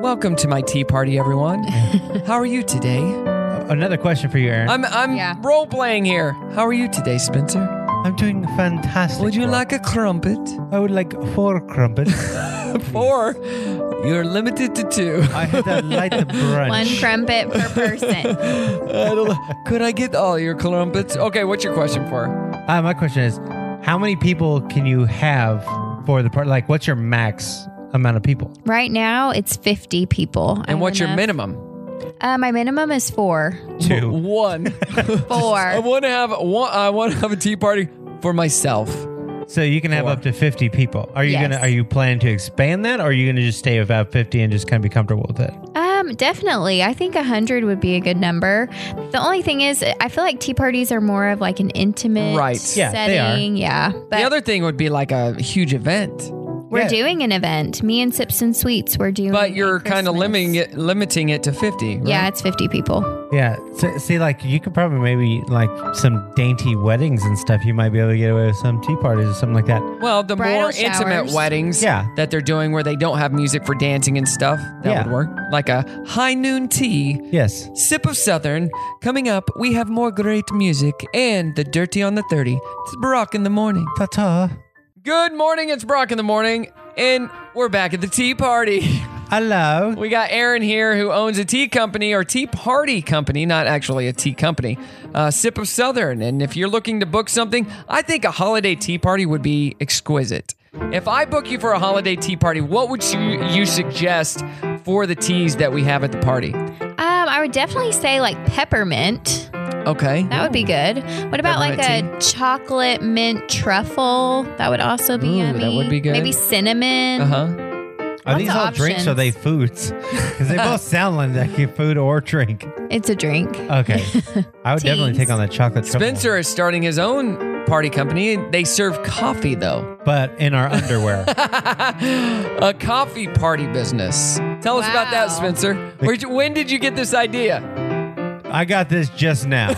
Speaker 2: Welcome to my tea party, everyone. How are you today?
Speaker 4: Another question for you, Aaron.
Speaker 2: I'm I'm role playing here. How are you today, Spencer?
Speaker 4: I'm doing fantastic.
Speaker 2: Would you like a crumpet?
Speaker 4: I would like four crumpets.
Speaker 2: Four. You're limited to two.
Speaker 4: I had to light the brunch.
Speaker 11: One crumpet per person.
Speaker 2: I don't know. Could I get all your crumpets? Okay, what's your question for?
Speaker 4: Uh, my question is, how many people can you have for the part? Like, what's your max amount of people?
Speaker 11: Right now it's 50 people.
Speaker 2: And
Speaker 11: I
Speaker 2: what's your
Speaker 11: wanna-
Speaker 2: minimum?
Speaker 11: Uh, my minimum is 4.
Speaker 4: Two.
Speaker 2: One. I
Speaker 11: Four.
Speaker 2: want to have one. I want to have a tea party for myself.
Speaker 4: So you can have up to fifty people. Are you
Speaker 11: Yes.
Speaker 4: gonna? Are you planning to expand that, or are you gonna just stay about fifty and just kind of be comfortable with it?
Speaker 11: Um, definitely. I think 100 would be a good number. The only thing is, I feel like tea parties are more of like an intimate
Speaker 2: Right. Yeah, they are.
Speaker 11: setting. Yeah. But
Speaker 2: the other thing would be like a huge event,
Speaker 11: we're doing an event. Me and Sips and Sweets, we're doing.
Speaker 2: but you're kind of limiting it, limiting it to fifty. Right?
Speaker 11: Yeah, it's 50 people.
Speaker 4: Yeah. So, see, like, you could probably maybe like some dainty weddings and stuff. You might be able to get away with some tea parties or something like that.
Speaker 2: Well, the
Speaker 11: Bridal
Speaker 2: more intimate
Speaker 11: showers.
Speaker 2: weddings
Speaker 4: Yeah.
Speaker 2: that they're doing where they don't have music for dancing and stuff, that
Speaker 4: Yeah.
Speaker 2: would work. Like a high noon tea,
Speaker 4: Yes.
Speaker 2: sip of Southern. Coming up, we have more great music and the dirty on the 30. It's Brock in the morning.
Speaker 4: Ta ta.
Speaker 2: Good morning. It's Brock in the morning, and we're back at the tea party.
Speaker 4: Hello.
Speaker 2: We got Aaron here who owns a tea company or tea party company, not actually a tea company, uh, Sip of Southern. And if you're looking to book something, I think a holiday tea party would be exquisite. If I book you for a holiday tea party, what would you, you suggest for the teas that we have at the party?
Speaker 11: Um, I would definitely say like peppermint.
Speaker 2: Okay.
Speaker 11: That would be good. What about like a chocolate mint truffle? That would also be
Speaker 4: Ooh, that
Speaker 11: yummy.
Speaker 4: would be good.
Speaker 11: Maybe cinnamon.
Speaker 2: huh.
Speaker 4: Are
Speaker 11: Lots
Speaker 4: these
Speaker 11: of
Speaker 4: all drinks? Or are they foods? Because they both sound like you food or drink.
Speaker 11: It's a drink.
Speaker 4: Okay, I would definitely take on the chocolate. truffle,
Speaker 2: Spencer is starting his own party company. They serve coffee though.
Speaker 4: but in our underwear.
Speaker 2: A coffee party business. Tell us about that, Spencer. Where'd you- when did you get this idea?
Speaker 4: I got this just now.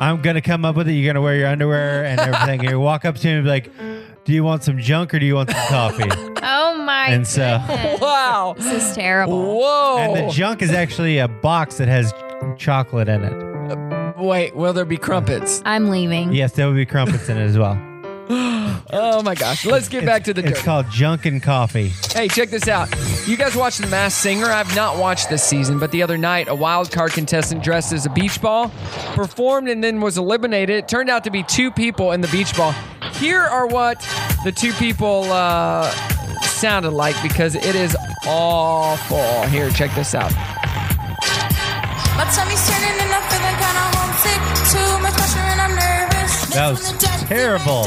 Speaker 4: I'm gonna come up with it. You're gonna wear your underwear and everything. You walk up to me and be like, "Do you want some junk or do you want some coffee?"
Speaker 11: Oh my
Speaker 4: And so-
Speaker 11: goodness.
Speaker 2: Wow.
Speaker 11: This is terrible.
Speaker 2: Whoa.
Speaker 4: And the junk is actually a box that has chocolate in it.
Speaker 2: Wait, will there be crumpets?
Speaker 11: I'm leaving.
Speaker 4: Yes, there would be crumpets in it as well.
Speaker 2: oh my gosh. Let's get back to the dirt.
Speaker 4: It's called junk and coffee.
Speaker 2: Hey, check this out. You guys watch The Masked Singer? I've not watched this season, but the other night, a wild card contestant dressed as a beach ball performed and then was eliminated. It turned out to be two people in the beach ball. Here are what the two people uh, sounded like because it is awful. Here, check this out.
Speaker 21: My tummy's turning and I'm feeling kind of homesick. Too much pressure and I'm nervous.
Speaker 4: That was terrible.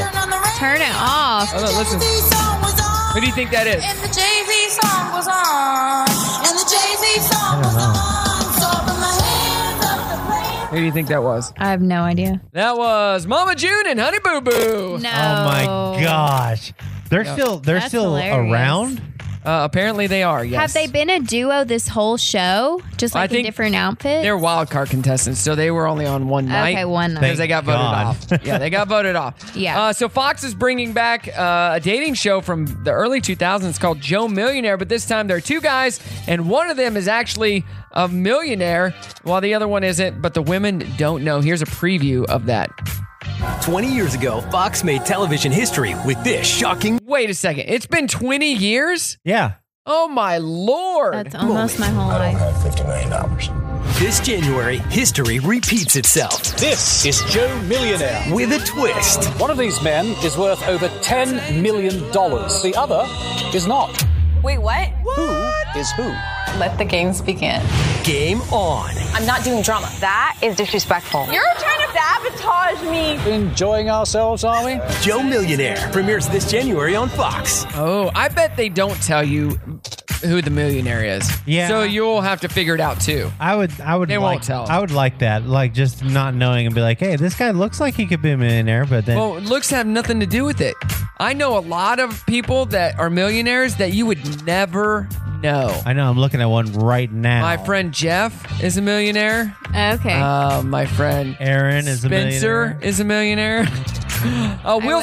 Speaker 11: Turn it off.
Speaker 2: Hold on, listen. Who do you think that is?
Speaker 21: And the Jay Z song was on. And the Jay Z song was on. So I put my hands up to play.
Speaker 2: Who do you think that was?
Speaker 11: I have no idea.
Speaker 2: That was Mama June and Honey Boo Boo.
Speaker 11: No.
Speaker 4: Oh my gosh, they're
Speaker 2: Yeah.
Speaker 4: still they're
Speaker 11: That's
Speaker 4: still
Speaker 11: hilarious.
Speaker 4: around.
Speaker 2: Uh, apparently they are. Yes.
Speaker 11: Have they been a duo this whole show? Just
Speaker 2: I
Speaker 11: like in
Speaker 2: think
Speaker 11: different outfits?
Speaker 2: They're wild card contestants, so they were only on one night.
Speaker 11: Okay, one night.
Speaker 2: because they got voted
Speaker 11: God.
Speaker 2: off. Yeah, they got voted off. Yeah. Uh, so Fox is bringing back uh, a dating show from the early 2000s called Joe Millionaire, but this time there are two guys, and one of them is actually a millionaire, while the other one isn't. But the women don't know. Here's a preview of that.
Speaker 22: 20 years ago, Fox made television history with this shocking.
Speaker 2: Wait a second. It's been 20 years.
Speaker 4: Yeah.
Speaker 2: Oh my lord. That's
Speaker 11: almost my whole life.
Speaker 22: have $50 million. This January, history repeats itself.
Speaker 23: This is Joe Millionaire.
Speaker 22: With a twist.
Speaker 23: One of these men is worth over $10 million. The other is not.
Speaker 24: Wait, what?
Speaker 23: Who is who?
Speaker 24: Let the games begin.
Speaker 22: Game on.
Speaker 24: I'm not doing drama. That is disrespectful. You're trying to sabotage me.
Speaker 23: Enjoying ourselves, are we?
Speaker 22: Joe Millionaire premieres this January on Fox.
Speaker 2: Oh, I bet they don't tell you who the millionaire is.
Speaker 4: Yeah.
Speaker 2: So you'll have to figure it out too.
Speaker 4: I would, I would
Speaker 2: They
Speaker 4: like,
Speaker 2: won't tell.
Speaker 4: I would like that, like just not knowing and be like, hey, this guy looks like he could be a millionaire, but then
Speaker 2: Well, looks have nothing to do with it. I know a lot of people that are millionaires that you would never know.
Speaker 4: I know I'm looking at one right now.
Speaker 2: My friend Jeff is a millionaire.
Speaker 11: Okay.
Speaker 2: Uh, my friend
Speaker 4: Aaron is a
Speaker 2: Spencer
Speaker 4: millionaire.
Speaker 2: is a millionaire. Uh, Will,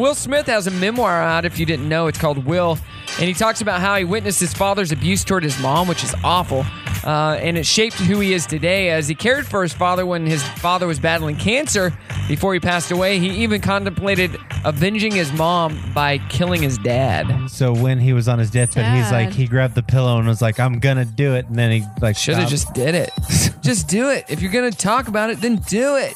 Speaker 2: Will Smith has a memoir out, if you didn't know. It's called Will. And he talks about how he witnessed his father's abuse toward his mom, which is awful. Uh, and it shaped who he is today as he cared for his father when his father was battling cancer before he passed away. He even contemplated avenging his mom by killing his dad.
Speaker 4: So when he was on his deathbed, he's like,
Speaker 2: Sad.
Speaker 4: he grabbed the pillow and was like, I'm gonna do it, and then he like
Speaker 2: Should have just
Speaker 4: stopped.
Speaker 2: did it. just do it. If you're going to talk about it, then do it.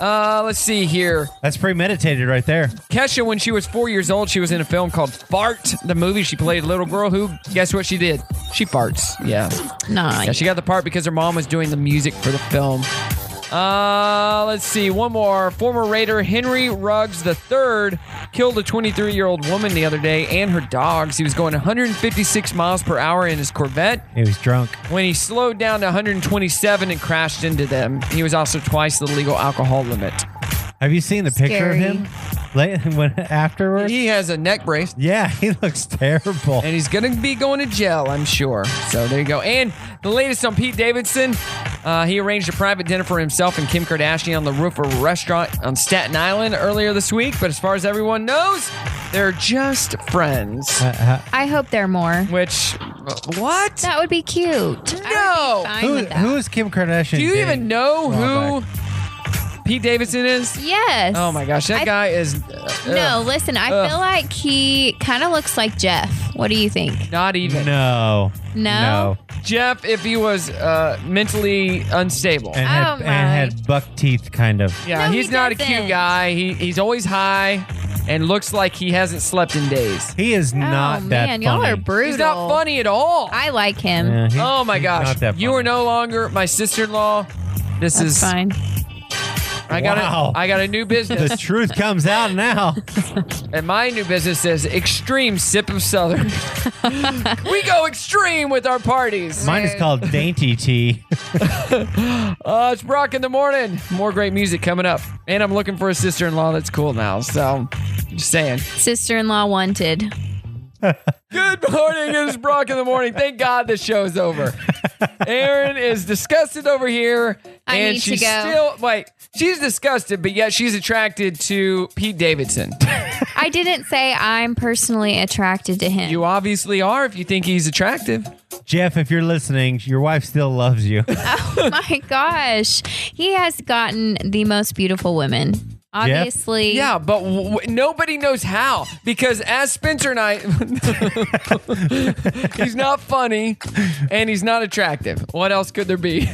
Speaker 2: Uh, let's see here.
Speaker 4: That's premeditated right there.
Speaker 2: Kesha, when she was four years old, she was in a film called Fart, the movie. She played a little girl who, guess what she did? She farts. Yeah.
Speaker 11: Nice.
Speaker 2: Yeah, she got the part because her mom was doing the music for the film. Uh, let's see. One more. Former Raider Henry Ruggs III killed a 23 year old woman the other day and her dogs. He was going 156 miles per hour in his Corvette
Speaker 4: He was drunk.
Speaker 2: when he slowed down to 127 and crashed into them. He was also twice the legal alcohol limit.
Speaker 4: Have you seen the picture of
Speaker 2: Scary.
Speaker 4: him? Late when afterwards,
Speaker 2: He has a neck brace.
Speaker 4: Yeah, he looks terrible.
Speaker 2: And he's going to be going to jail, I'm sure. So there you go. And the latest on Pete Davidson, uh, he arranged a private dinner for himself and Kim Kardashian on the roof of a restaurant on Staten Island earlier this week. But as far as everyone knows, they're just friends.
Speaker 4: Uh,
Speaker 11: I hope there are more.
Speaker 2: Which, what?
Speaker 11: That would be cute. No. I would be fine
Speaker 4: who,
Speaker 11: with that.
Speaker 4: who is Kim Kardashian?
Speaker 2: Do you
Speaker 4: dating?
Speaker 2: even know
Speaker 4: Well,
Speaker 2: who Pete Davidson is?
Speaker 11: Yes.
Speaker 2: Oh my gosh, that
Speaker 11: I-
Speaker 2: guy is. uh,
Speaker 11: No, listen, I
Speaker 2: Ugh.
Speaker 11: feel like he kind of looks like Jeff. What do you think?
Speaker 2: Not even.
Speaker 4: No.
Speaker 11: No?
Speaker 2: Jeff, if he was uh, mentally unstable.
Speaker 4: And
Speaker 11: Oh
Speaker 4: had, and had buck teeth, kind of.
Speaker 2: Yeah, he's not a cute guy. He he's always high and looks like he hasn't slept in days.
Speaker 4: He is
Speaker 11: oh,
Speaker 4: not
Speaker 11: man,
Speaker 4: that funny.
Speaker 11: y'all are brutal.
Speaker 2: He's not funny at all.
Speaker 11: I like him.
Speaker 4: Yeah, he-
Speaker 2: oh my
Speaker 4: he's
Speaker 2: gosh.
Speaker 4: not that
Speaker 2: You are no longer my sister in law. This is fine. I got
Speaker 4: Wow.
Speaker 2: a, I got a new business.
Speaker 4: The truth comes out now.
Speaker 2: And my new business is extreme sip of southern. we go extreme with our parties.
Speaker 4: Mine is called Dainty Tea.
Speaker 2: Uh, it's Brock in the morning. More great music coming up. And I'm looking for a sister in law that's cool now. So, just saying.
Speaker 11: Sister in law wanted.
Speaker 2: Good morning. It's Brock in the morning. Thank God the show's over. Aaron is disgusted over here.
Speaker 11: I
Speaker 2: and
Speaker 11: need to
Speaker 2: she's
Speaker 11: go.
Speaker 2: still, wait, she's disgusted, but yet she's attracted to Pete Davidson.
Speaker 11: I didn't say I'm personally attracted to him.
Speaker 2: You obviously are if you think he's attractive.
Speaker 4: Jeff, if you're listening, your wife still loves you.
Speaker 11: oh my gosh. He has gotten the most beautiful women. Obviously.
Speaker 2: Yeah, but w- w- nobody knows how because as Spencer and I, he's not funny and he's not attractive. What else could there be?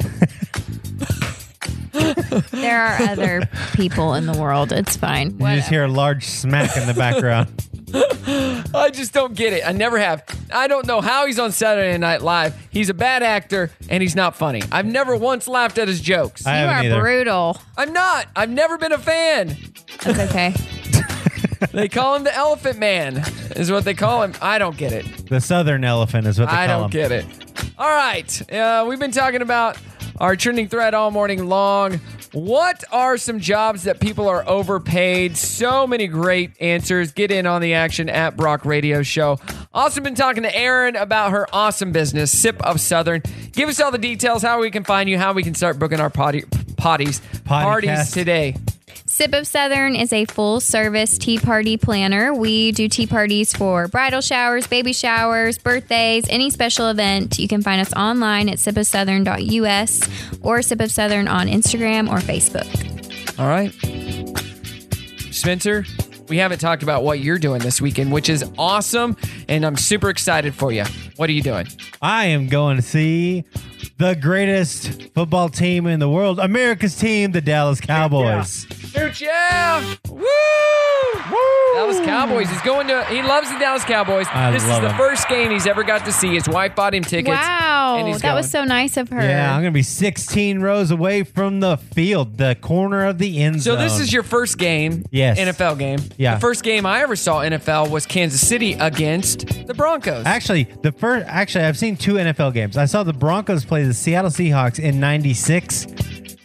Speaker 11: There are other people in the world. It's fine.
Speaker 4: You just hear a large smack in the background.
Speaker 2: I just don't get it. I never have. I don't know how he's on Saturday Night Live. He's a bad actor and he's not funny. I've never once laughed at his jokes.
Speaker 4: I You haven't are either.
Speaker 11: brutal.
Speaker 2: I'm not. I've never been a fan.
Speaker 11: That's okay.
Speaker 2: they call him the Elephant Man, is what they call him. I don't get it.
Speaker 4: the southern elephant is what they
Speaker 2: I
Speaker 4: call
Speaker 2: don't get it. All right. Uh, we've been talking about our trending thread all morning long. What are some jobs that people are overpaid? So many great answers. Get in on the action at Brock Radio Show. Also, been talking to Erin about her awesome business, Sip of Southern. Give us all the details, how we can find you, how we can start booking our potty, potties, parties today.
Speaker 11: Sip of Southern is a full service tea party planner. We do tea parties for bridal showers, baby showers, birthdays, any special event. You can find us online at sipofsouthern.us or Sip of Southern on Instagram or Facebook.
Speaker 2: All right. Spencer, we haven't talked about what you're doing this weekend, which is awesome. And I'm super excited for you. What are you doing?
Speaker 4: I am going to see the greatest football team in the world, America's team, the Dallas Cowboys.
Speaker 2: Shoot yeah! Woo! Woo! Dallas Cowboys. He's going to. He loves the Dallas Cowboys.
Speaker 4: I
Speaker 2: this
Speaker 4: love
Speaker 2: is the
Speaker 4: him.
Speaker 2: first game he's ever got to see. His wife bought him tickets.
Speaker 11: Wow.
Speaker 2: and he's
Speaker 11: That was so nice of her.
Speaker 4: Yeah, I'm going to be 16 rows away from the field, the corner of the end
Speaker 2: So
Speaker 4: zone.
Speaker 2: this is your first game,
Speaker 4: Yes.
Speaker 2: NFL game.
Speaker 4: Yeah.
Speaker 2: The first game I ever saw NFL was Kansas City against the Broncos.
Speaker 4: Actually, the first actually I've seen two NFL games. I saw the Broncos play the Seattle Seahawks in 96.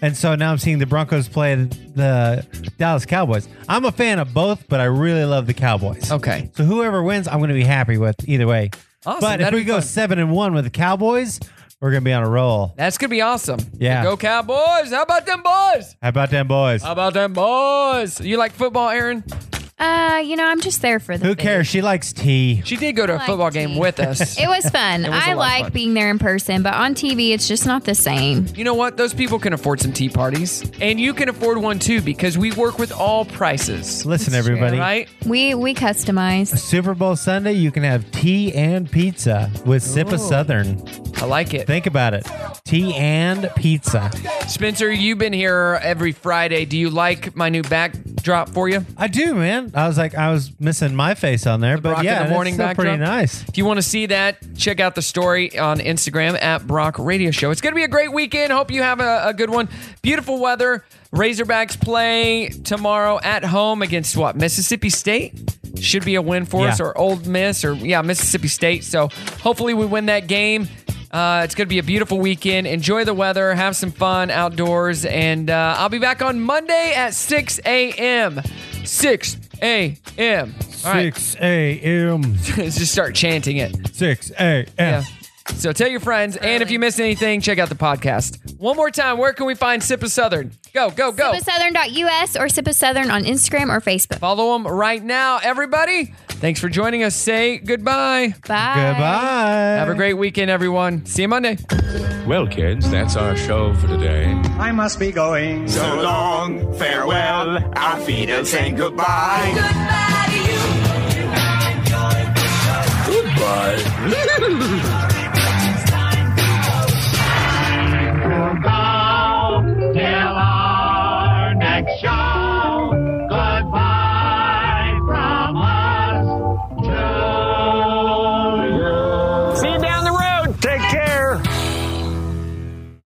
Speaker 4: And so now I'm seeing the Broncos play the Dallas Cowboys. I'm a fan of both, but I really love the Cowboys.
Speaker 2: Okay.
Speaker 4: So whoever wins, I'm going to be happy with either way.
Speaker 2: Awesome,
Speaker 4: But if
Speaker 2: that'd
Speaker 4: we
Speaker 2: be
Speaker 4: go
Speaker 2: fun.
Speaker 4: 7 and 1 with the Cowboys, we're going to be on a roll.
Speaker 2: That's gonna be awesome.
Speaker 4: Yeah.
Speaker 2: Go Cowboys! How about them boys?
Speaker 4: How about them boys?
Speaker 2: How about them boys? You like football, Aaron?
Speaker 11: Uh, you know, I'm just there for the
Speaker 4: Who
Speaker 11: food.
Speaker 4: cares? She likes tea.
Speaker 2: She did go to a
Speaker 11: Like
Speaker 2: football game with us.
Speaker 11: It was fun.
Speaker 2: It was a lot
Speaker 11: I
Speaker 2: of
Speaker 11: like
Speaker 2: fun.
Speaker 11: being there in person, but on TV, it's just not the same.
Speaker 2: You know what? Those people can afford some tea parties, and you can afford one too because we work with all prices.
Speaker 4: Listen, everybody.
Speaker 2: Right?
Speaker 11: We we customize.
Speaker 4: Super Bowl Sunday, you can have tea and pizza with Sip
Speaker 2: Ooh.
Speaker 4: of Southern.
Speaker 2: I like it.
Speaker 4: Think about it. Tea and pizza.
Speaker 2: Spencer, you've been here every Friday. Do you like my new backdrop for you?
Speaker 4: I do, man. I was like, I was missing my face on there, but
Speaker 2: Brock
Speaker 4: yeah,
Speaker 2: in the morning
Speaker 4: that's still
Speaker 2: backdrop.
Speaker 4: pretty nice.
Speaker 2: If you want to see that, check out the story on Instagram at Brock Radio Show. It's going to be a great weekend. Hope you have a, a good one. Beautiful weather. Razorbacks play tomorrow at home against what? Mississippi State? Should be a win for us
Speaker 4: Yeah.
Speaker 2: or Old Miss or, yeah, Mississippi State. So hopefully we win that game. Uh, it's going to be a beautiful weekend. Enjoy the weather, have some fun outdoors, and uh, I'll be back on Monday at 6 a.m. 6 a.m. All right.
Speaker 4: Six a.m.
Speaker 2: Let's just start chanting it.
Speaker 4: Six a.m.
Speaker 2: Yeah. So tell your friends, and if you missed anything, check out the podcast. One more time, where can we find Sip of Southern? Go, go, go.
Speaker 11: Sipofsouthern.us or Sip of Southern on Instagram or Facebook.
Speaker 2: Follow them right now, everybody. Thanks for joining us. Say goodbye.
Speaker 11: Bye.
Speaker 4: Goodbye.
Speaker 2: Have a great weekend, everyone. See you Monday.
Speaker 1: Well, kids, that's our show for today.
Speaker 12: I must be going.
Speaker 1: So long, farewell, auf Wiedersehen, goodbye. Goodbye to you. Goodbye.